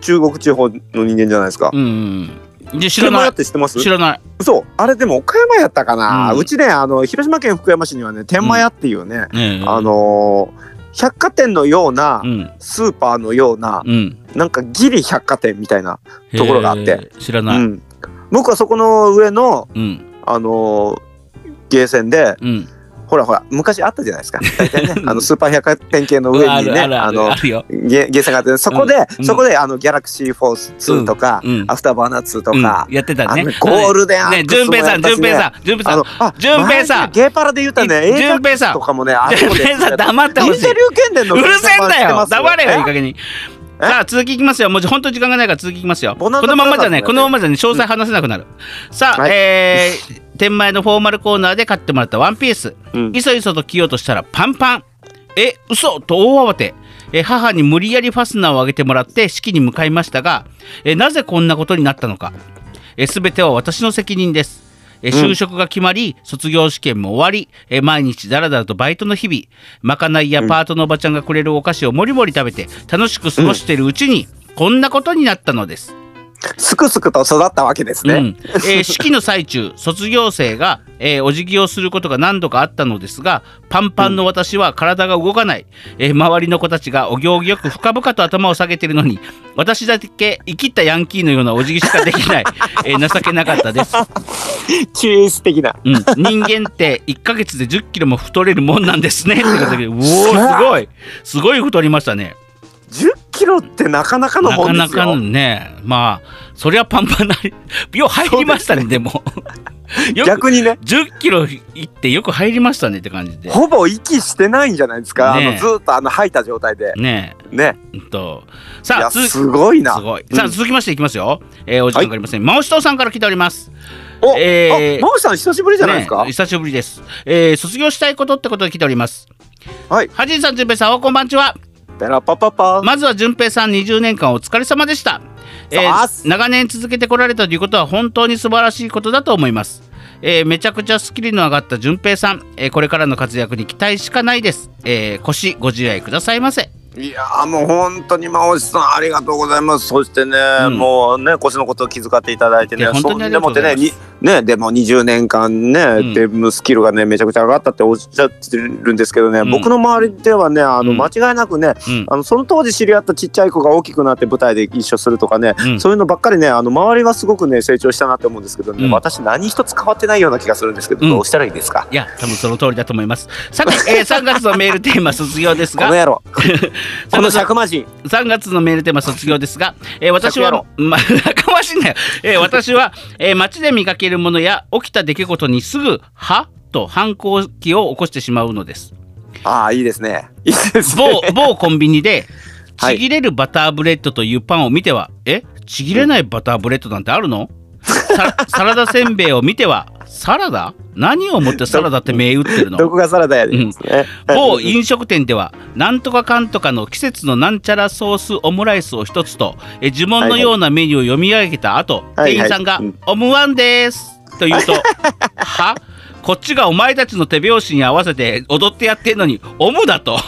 中国地方の人間じゃないですか、うん、うん。で知ら天満な屋いっ。て知ってます知らない。そうあれでも岡山やったかな、ううんちねあの広島県福山市にはね天満屋っていうね、うんあのー百貨店のような、うん。スーパーのようなうん。なんかギリ百貨店みたいな、ところがあってへー。知らうない。ん、僕はそこの上のうん。あのーゲーセンでうん。ほらほら昔あったじゃないですか大体 ねあのスーパー百貨店系の上あにるねあるああるのあるよ。ゲゲーセンがあってそこで、うんそこであのギャラクシーフォース2とか、うん。アフターバーナー2とうんか、やってたあね。のゴールデンアね、ックス順も平やさん、った順しね平さん、順あ平さんの、あ順平さん前にゲーパラで言ったね映順画平さんと、かもねあそ順こで平さん黙ってほ二しい手。流剣伝のうるせえんだ知ってまよす黙れよいいえ加減にえさあ続きいきますよもう本当に時間がないから続きいきますよこボナンザのままじゃプラザねだねこのままじゃね詳細話せなくなる、さあ、はいえー、天前のフォーマルコーナーで買ってもらったワンピース、うんいそいそと着ようとしたらパンパンえ嘘と大慌てえ母に無理やりファスナーを上げてもらって式に向かいましたがえなぜこんなことになったのかえ全ては私の責任ですえ就職が決まり、卒業試験も終わりえ毎日だらだらとバイトの日々まかないやパートのおばちゃんがくれるお菓子をもりもり食べて楽しく過ごしているうちに、こんなことになったのです。すくすくと育ったわけですね、うんえー式の最中卒業生が、えーお辞儀をすることが何度かあったのですがパンパンの私は体が動かない、えー周りの子たちがお行儀よく深々と頭を下げているのに私だけ生きったヤンキーのようなお辞儀しかできない、えー情けなかったです、チュース的なうん、人間って1ヶ月で1 0キロも太れるもんなんですねってことでうおーすごいすごい太りましたね1 0キロってなかなかのなもかんでなすよかのねまあそりゃパンパンなりよう入りましたねでも よく逆にね10キロ行ってよく入りましたねって感じで。ほぼ息してないんじゃないですか、ねえあのずーっとあの吐いた状態でねえ、ねうんと、いさあ、や続すごいなすごい。うんさあ、続きましていきますよ。えー、お時間がありません。マオシトさんから来ております。お、えーあマオさん久しぶりじゃないですか、ねえ久しぶりです。えー、卒業したいことってことで来ております。はいはじんさん、じゅんぺいさん、おこんばんちは。ペラパパパ、まずは順平さん20年間お疲れ様でした、えーそうっす長年続けてこられたということは本当に素晴らしいことだと思います、えーめちゃくちゃスキルの上がった順平さん、えーこれからの活躍に期待しかないです、えー腰ご自愛くださいませいやーもう本当にマオさんありがとうございますそしてね、んもうね腰のことを気遣っていただいていねや本当にありがとうございますそんでもってねにねでも20年間ね、んでスキルがねめちゃくちゃ上がったっておっしゃってるんですけどね、うん僕の周りではねあのうん間違いなくね、うんあのその当時知り合ったちっちゃい子が大きくなって舞台で一緒するとかね、うんそういうのばっかりねあの周りはすごくね成長したなって思うんですけどね、うん私何一つ変わってないような気がするんですけど、うんどうしたらいいですかいや多分その通りだと思いますさて、え3月のメールテーマ 卒業ですこのが野郎この尺魔人3月のメールテーマ卒業ですが、えー私は昨 ま仲間しんなよ、えー私は、えー街で見かけるものや起きた出来事にすぐ「は?」と反抗期を起こしてしまうのですああいいですねいいですね某某コンビニではちいぎれるバターブレッドというパンを見ては、えちぎれないバターブレッドなんてあるのさサラダせんべいを見てはサラダ何をもってサラダって銘打ってる のどこがサラダやで、うん某飲食店ではなんとかかんとかの季節のなんちゃらソースオムライスを一つとえ呪文のようなメニューを読み上げた後、はい店はい員さんがうん「オムワンです」と言う と「はこっちがお前たちの手拍子に合わせて踊ってやってんのにオムだと」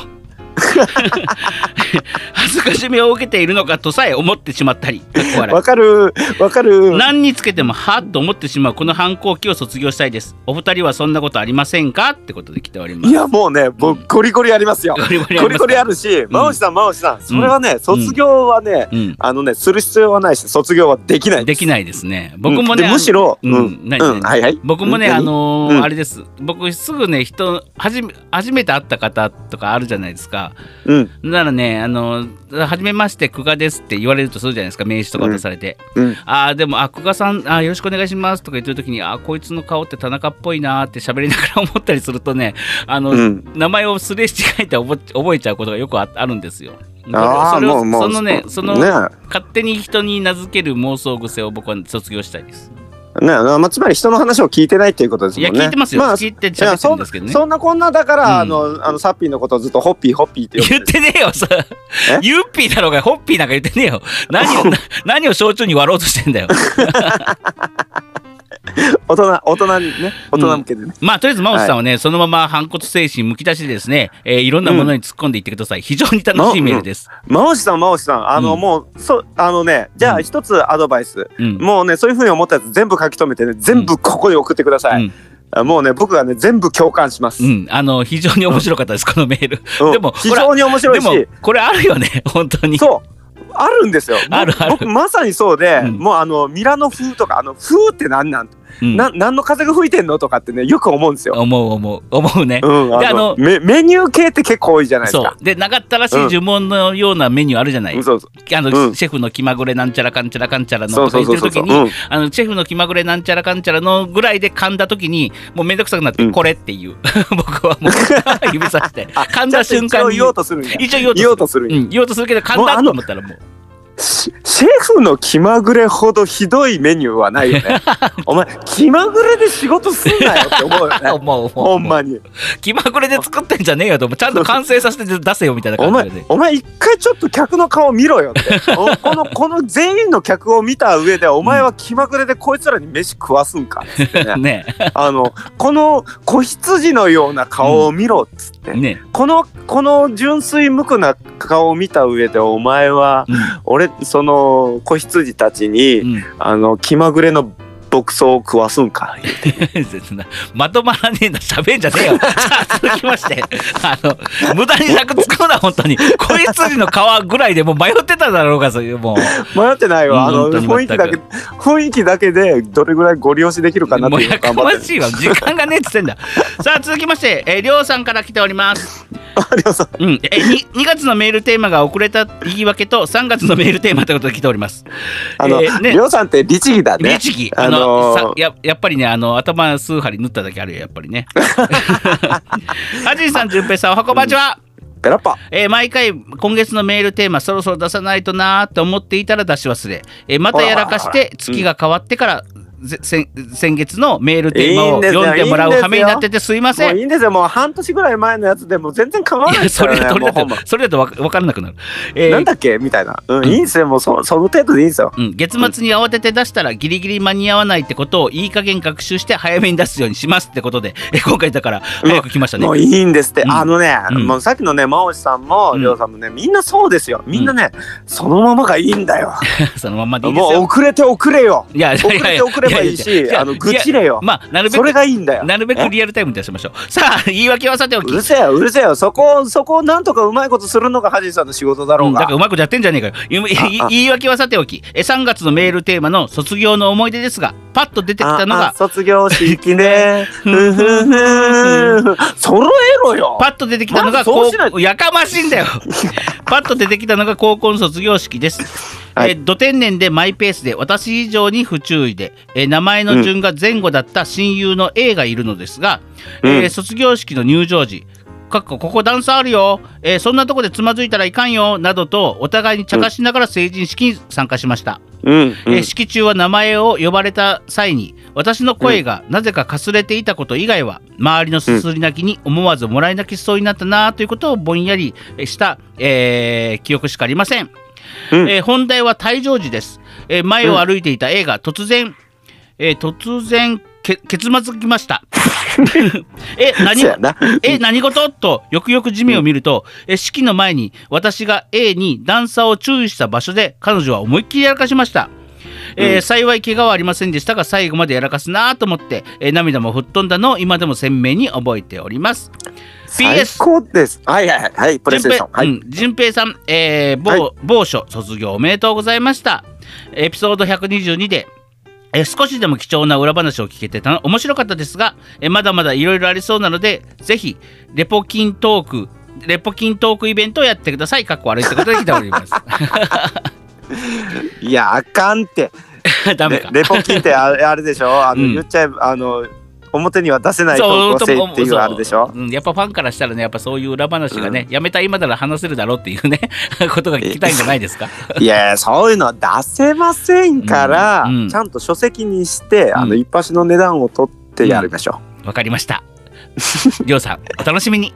辱しみを受けているのかとさえ思ってしまったりかっこ笑いわかるわかる何につけてもはっと思ってしまうこの反抗期を卒業したいですお二人はそんなことありませんかってことで来ておりますいやもうね僕ゴリゴリありますよゴリゴリあゴりリますゴリかあるし真央さん真央さんそれはね卒業はねうんあのねする必要はないし卒業はできないできないいですね僕もね、でむしろううんん何うんはいはい僕もね、うんあのーうんあれです僕すぐね人はじめ初めて会った方とかあるじゃないですかうんならね「あのー初めまして久我です」って言われるとするじゃないですか名刺とか渡されて、うんああでも「あ久我さんあーよろしくお願いします」とか言ってる時に「あーこいつの顔って田中っぽいな」って喋りながら思ったりするとねあの、うん名前をすれ違えて覚え覚えちゃうことがよくああるんですよ。ああそれをもうもうそのねそのね勝手に人に名付ける妄想癖を僕は卒業したいです。ねまあつまり人の話を聞いてないっていうことですいもやんね聞いてますよ、まあ聞いてい喋やってるそんですけどね。そんなこんなだから、うんあのあのサッピーのことをずっとホッピーホッピーって呼んで言ってねえよさえユッピーだろうがホッピーなんか言ってねえよ何をな何を象徴に割ろうとしてんだよ大人大人にね大人向けでね、まあとりあえず真央さんはね、そのまま反骨精神むき出しでですね、えーいろんなものに突っ込んでいってください、非常に楽しいメールです、真央さん真央さんあの、うんもうそあのねじゃうあん一つアドバイス、うんもうねそういうふうに思ったやつ全部書き留めてね全部ここに送ってください、うんあもうね僕がね全部共感します、ううんん、あの非常に面白かったです、このメール。でも非ほら常に面白でいしも、これあるよね、 本当に。そうあるんですよ あるある僕まさにそうで、うんもうあのミラノ風とかあの風ってなんなん、うんな何の風が吹いてんのとかってねよく思うんですよ思う、思う、思うね。うん、でああののメメニュー系って結構多いじゃないですそか。う。で、なかったらしい呪文のようなメニューあるじゃない。うんそうそうあの、うんシェフの気まぐれなんちゃらかんちゃらかんちゃらのそとうそか言うってそうるそう時そう。に、あのシェフの気まぐれなんちゃらかんちゃらのぐらいで噛んだ時にもうめんどくさくなって、これっていう 僕はもう 指さして 噛んだ瞬間にちゃんと一応言おうとするんや。一応言おうと言おうとするんやうん、言おうとするけど噛んだと思ったらもうシシェフの気まぐれほどひどいメニューはないよね。お前気まぐれで仕事すんなよって思うよね。思う思うほんまに。気まぐれで作ってんじゃねえよと思うちゃんと完成させて出せよみたいなお感前じでね。お前一回ちょっと客の顔見ろよって。おこのこの全員の客を見た上でお前は気まぐれでこいつらに飯食わすんかっつってねねあのこの子羊のような顔を見ろっつって。えねこのこの純粋無垢な顔を見た上でお前はえ俺その子羊たちに、うん、うんあの気まぐれの牧草を食わすん かそんなまとまらねえな喋んじゃね えよさあ続きましてあの無駄に尺使うな本当にこいつりの皮ぐらいでもう迷ってただろうがそういうもう迷ってないわ、うんあの本当雰に囲気全くだけ雰囲気だけでどれぐらいご利用しできるかなってもういうのやを頑か張まってしいわ時間がねえっつってんださあ続きまして、えー、りょうさんから来ておりますありがとううん、えー、に2月のメールテーマが遅れた言い訳と3月のメールテーマということで来ておりますあの、えーねりょうさんって律儀だね律儀ああの、のーさややっぱりねあの頭数針縫っただけあるよやっぱ りねはじいさんじゅんぺいさんおはこんばんちは、ペラッパえー毎回今月のメールテーマそろそろ出さないとなーと思っていたら出し忘れ、えーまたやらかして月が変わってから、ぜ先先月のメールテーマいいをんですよ読んでもらういいんですよ羽目になっててすいませもんういいんですよもう半年ぐらい前のやつでもう全然変わらいないやで そすかれらねだともうほんまそれだとわ分からなくなる、えーなんだっけみたいな、うんいいんですよもうそその程度でいいんですようん、月末に慌てて出したらギリギリ間に合わないってことをいい加減学習して早めに出すようにしますってことでえー今回だから早く来ましたねもういいんですって、うんあのね、うんもうさっきのね真央さんもうんりょうさんもねみんなそうですよみんなね、そのままがいいんだよ そのままでいいですもうよ遅れて遅れよいやい遅やいやれて遅ればいいややしやあの愚痴れよまあなるべそれくがいいんだよなるべくリアルタイムに出しましょうさあ言い訳はさておきうるせえようるせえよそこをそこをなんとかうまいことするのがハジンさんの仕事だろううんだが、からうまいことやってんじゃねえかよ言い言いああ言い訳はさておきえ3月のメールテーマの卒業の思い出ですがパッと出てきたのああが卒業式 ねふふふ揃えろよパッと出てきたのがまずそうしない高やかましいん だよパッと出てきたのが高校の卒業式です、はいえー土天然でマイペースで私以上に不注意で、えー名前の順が前後だった親友の A がいるのですが、えうんー卒業式の入場時かっこここ段差あるよ、えーそんなとこでつまずいたらいかんよなどとお互いに茶化しながら成人式に参加しました、うん、うえーん、式中は名前を呼ばれた際に私の声がなぜかかすれていたこと以外は周りのすすり泣きに思わずもらい泣きしそうになったなということをぼんやりした、えー記憶しかありません、うんえー本題は退場時です、えー 前を歩いていた A が突然、えー突然け結末きましたえ、何そうやな。え、何事と、よくよく地面を見ると、え、式の前に、私が A に段差を注意した場所で、彼女は思いっきりやらかしました。えー幸い怪我はありませんでしたが最後までやらかすなぁと思って、えー涙も吹っ飛んだのを今でも鮮明に覚えております。最 PS 高です。はいはいはいはい。プレゼンション。はい。うん順平さん、えー某はい某所卒業おめでとうございました。エピソード122で、えー少しでも貴重な裏話を聞けてた面白かったですが、えーまだまだいろいろありそうなので、ぜひ、レポキントーク、レポキントークイベントをやってください。かっこ悪いってことで来てお ります。いや、あかんって。ダメレか。レポ金 ってあれあれでしょあの、うん言っちゃえば、あの、表には出せない投稿性っていうあれでしょそううんやっぱファンからしたらね、やっぱそういう裏話がね、やめた今なら話せるだろうっていうね、 ことが聞きたいんじゃないですか。いやそういうのは出せませんから、うんうんちゃんと書籍にして、あうのん一発の値段を取ってやりましょわかりました。 りょうさん、お楽しみに。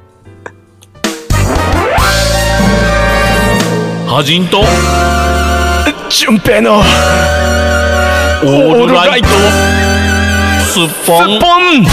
はじんと、純平のオールライトスッスッポン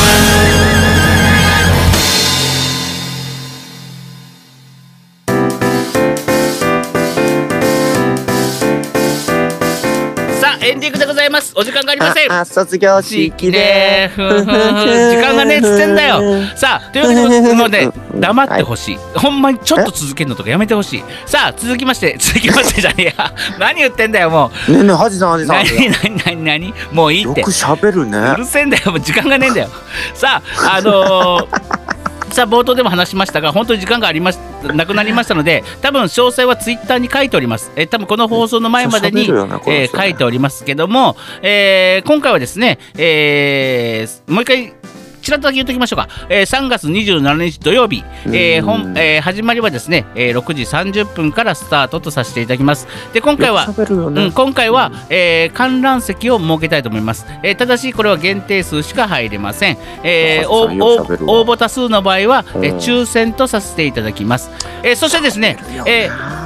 さあ、エンディングでございます。お時間がありう。ません。ああ卒業式でふんふんふん時間がねえっつってんだよさあというわけでもうね黙ってほしい、ほんまにちょっと続けるのとかやめてほしいさあ続きまして 続きましてじゃねえや何言ってんだよもねえねえハジさんハうジさん。何何何何もういいよってく喋るねう。るせえんだよもう時間がねえんだよさああのーさあ冒頭でも話しましたが本当に時間がありましなくなりましたので多分詳細はツイッターに書いておりますえ多分この放送の前までに、めっちゃ喋るよねこの人ねえー書いておりますけども、えー今回はですね、えーもう一回ちらっとだけ言っときましょうか、えー3月27日土曜日、えーうん本えー始まりはですね、えー6時30分からスタートとさせていただきますで今回は喋るようん、ね。今回は、えー観覧席を設けたいと思います、えーただしこれは限定数しか入れません、えーお母さ応んよう喋るわ応応募多数の場合は、えーうん抽選とさせていただきます、えーそしてですね、えー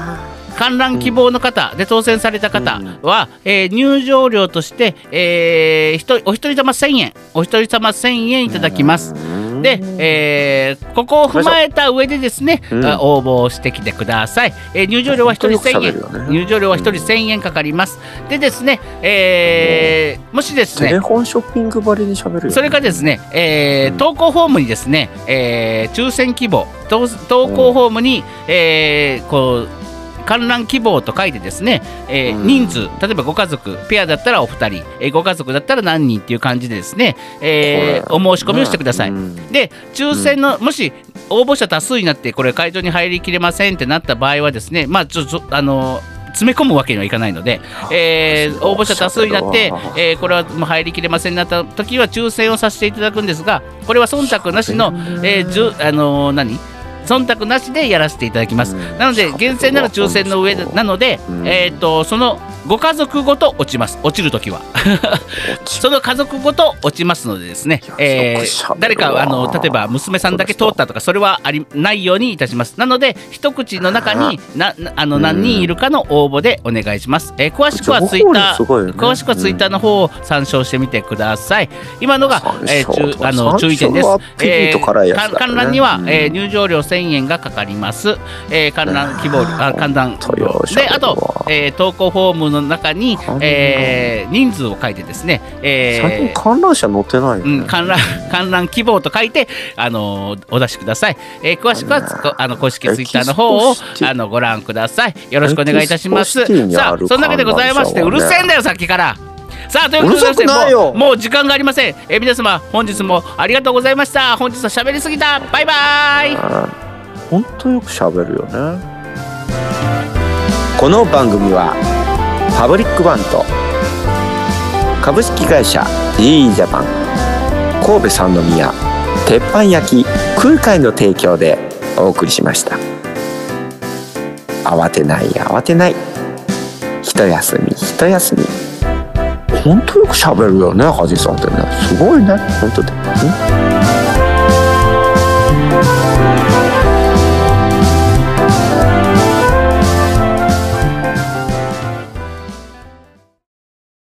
観覧希望の方で当選された方は、えー入場料として、えーひとお一人様1000円お一人様1000円いただきますで、えーここを踏まえた上でですね、うんあ応募をしてきてください、えー入場料は1人本当によく喋1000る円、よね入場料は1人1000円かかりますでですね、えーもしですテねレフォンショッピングばりに喋るよね。それからですね、えー投稿フォームにですね、えー抽選希望投投稿フォームに、えーこう観覧希望と書いてですね、えーうん人数例えばご家族ペアだったらお二人、えーご家族だったら何人っていう感じでですね、えーこれお申し込みをしてください、うんで抽選の、もし応募者多数になってこれ会場に入りきれませんってなった場合はですねまあちょちょあの詰め込むわけにはいかないので、えー応募者多数になって、えーこれはもう入りきれませんになった時は抽選をさせていただくんですがこれは忖度なしの、えーじゅあのー何忖度なしでやらせていただきます。うんなので厳正なら抽選の上でなので、うんえー、とそのご家族ごと落ちます落ちるときはその家族ごと落ちますのでですねいや、えよくー喋るわ誰かあの例えば娘さんだけ通ったとかそれはありないようにいたしますなので一口の中にななあのうん何人いるかの応募でお願いします、えー詳しくは情報量ツイッタすごいよーね詳しくはツイッターの方を参照してみてください今のが、参えー照注あの参照注意点ですはピリッと辛いやつだからねえー観覧には、うんえー入場料1000円がかかります、えー観覧希望あ観覧本当よ喋でるわあと、えー投稿フォームの中に観覧、えー人数を書いてですね、えー最近観覧車乗ってないようん、ね。観覧 観覧希望と書いて、あのーお出しください、えー詳しくはつこあの公式ツイッターの方エをキスポシティあのご覧くださいよろしくお願いいたしますエキスポシティにさああるそんなわけでございまして、う観る覧車はねせえんだよさっきからさあということでございましてうるさくないよもうもう時間がありません、えー皆様本日もありがとうございました本日は喋りすぎたバイバイ本当よく喋るよねこの番組はパブリックバンド株式会社 GE ジャパン神戸三宮鉄板焼き空海の提供でお送りしました慌てない慌てない一休み一休み本当よく喋るよねハジさんってねすごいね本当だよね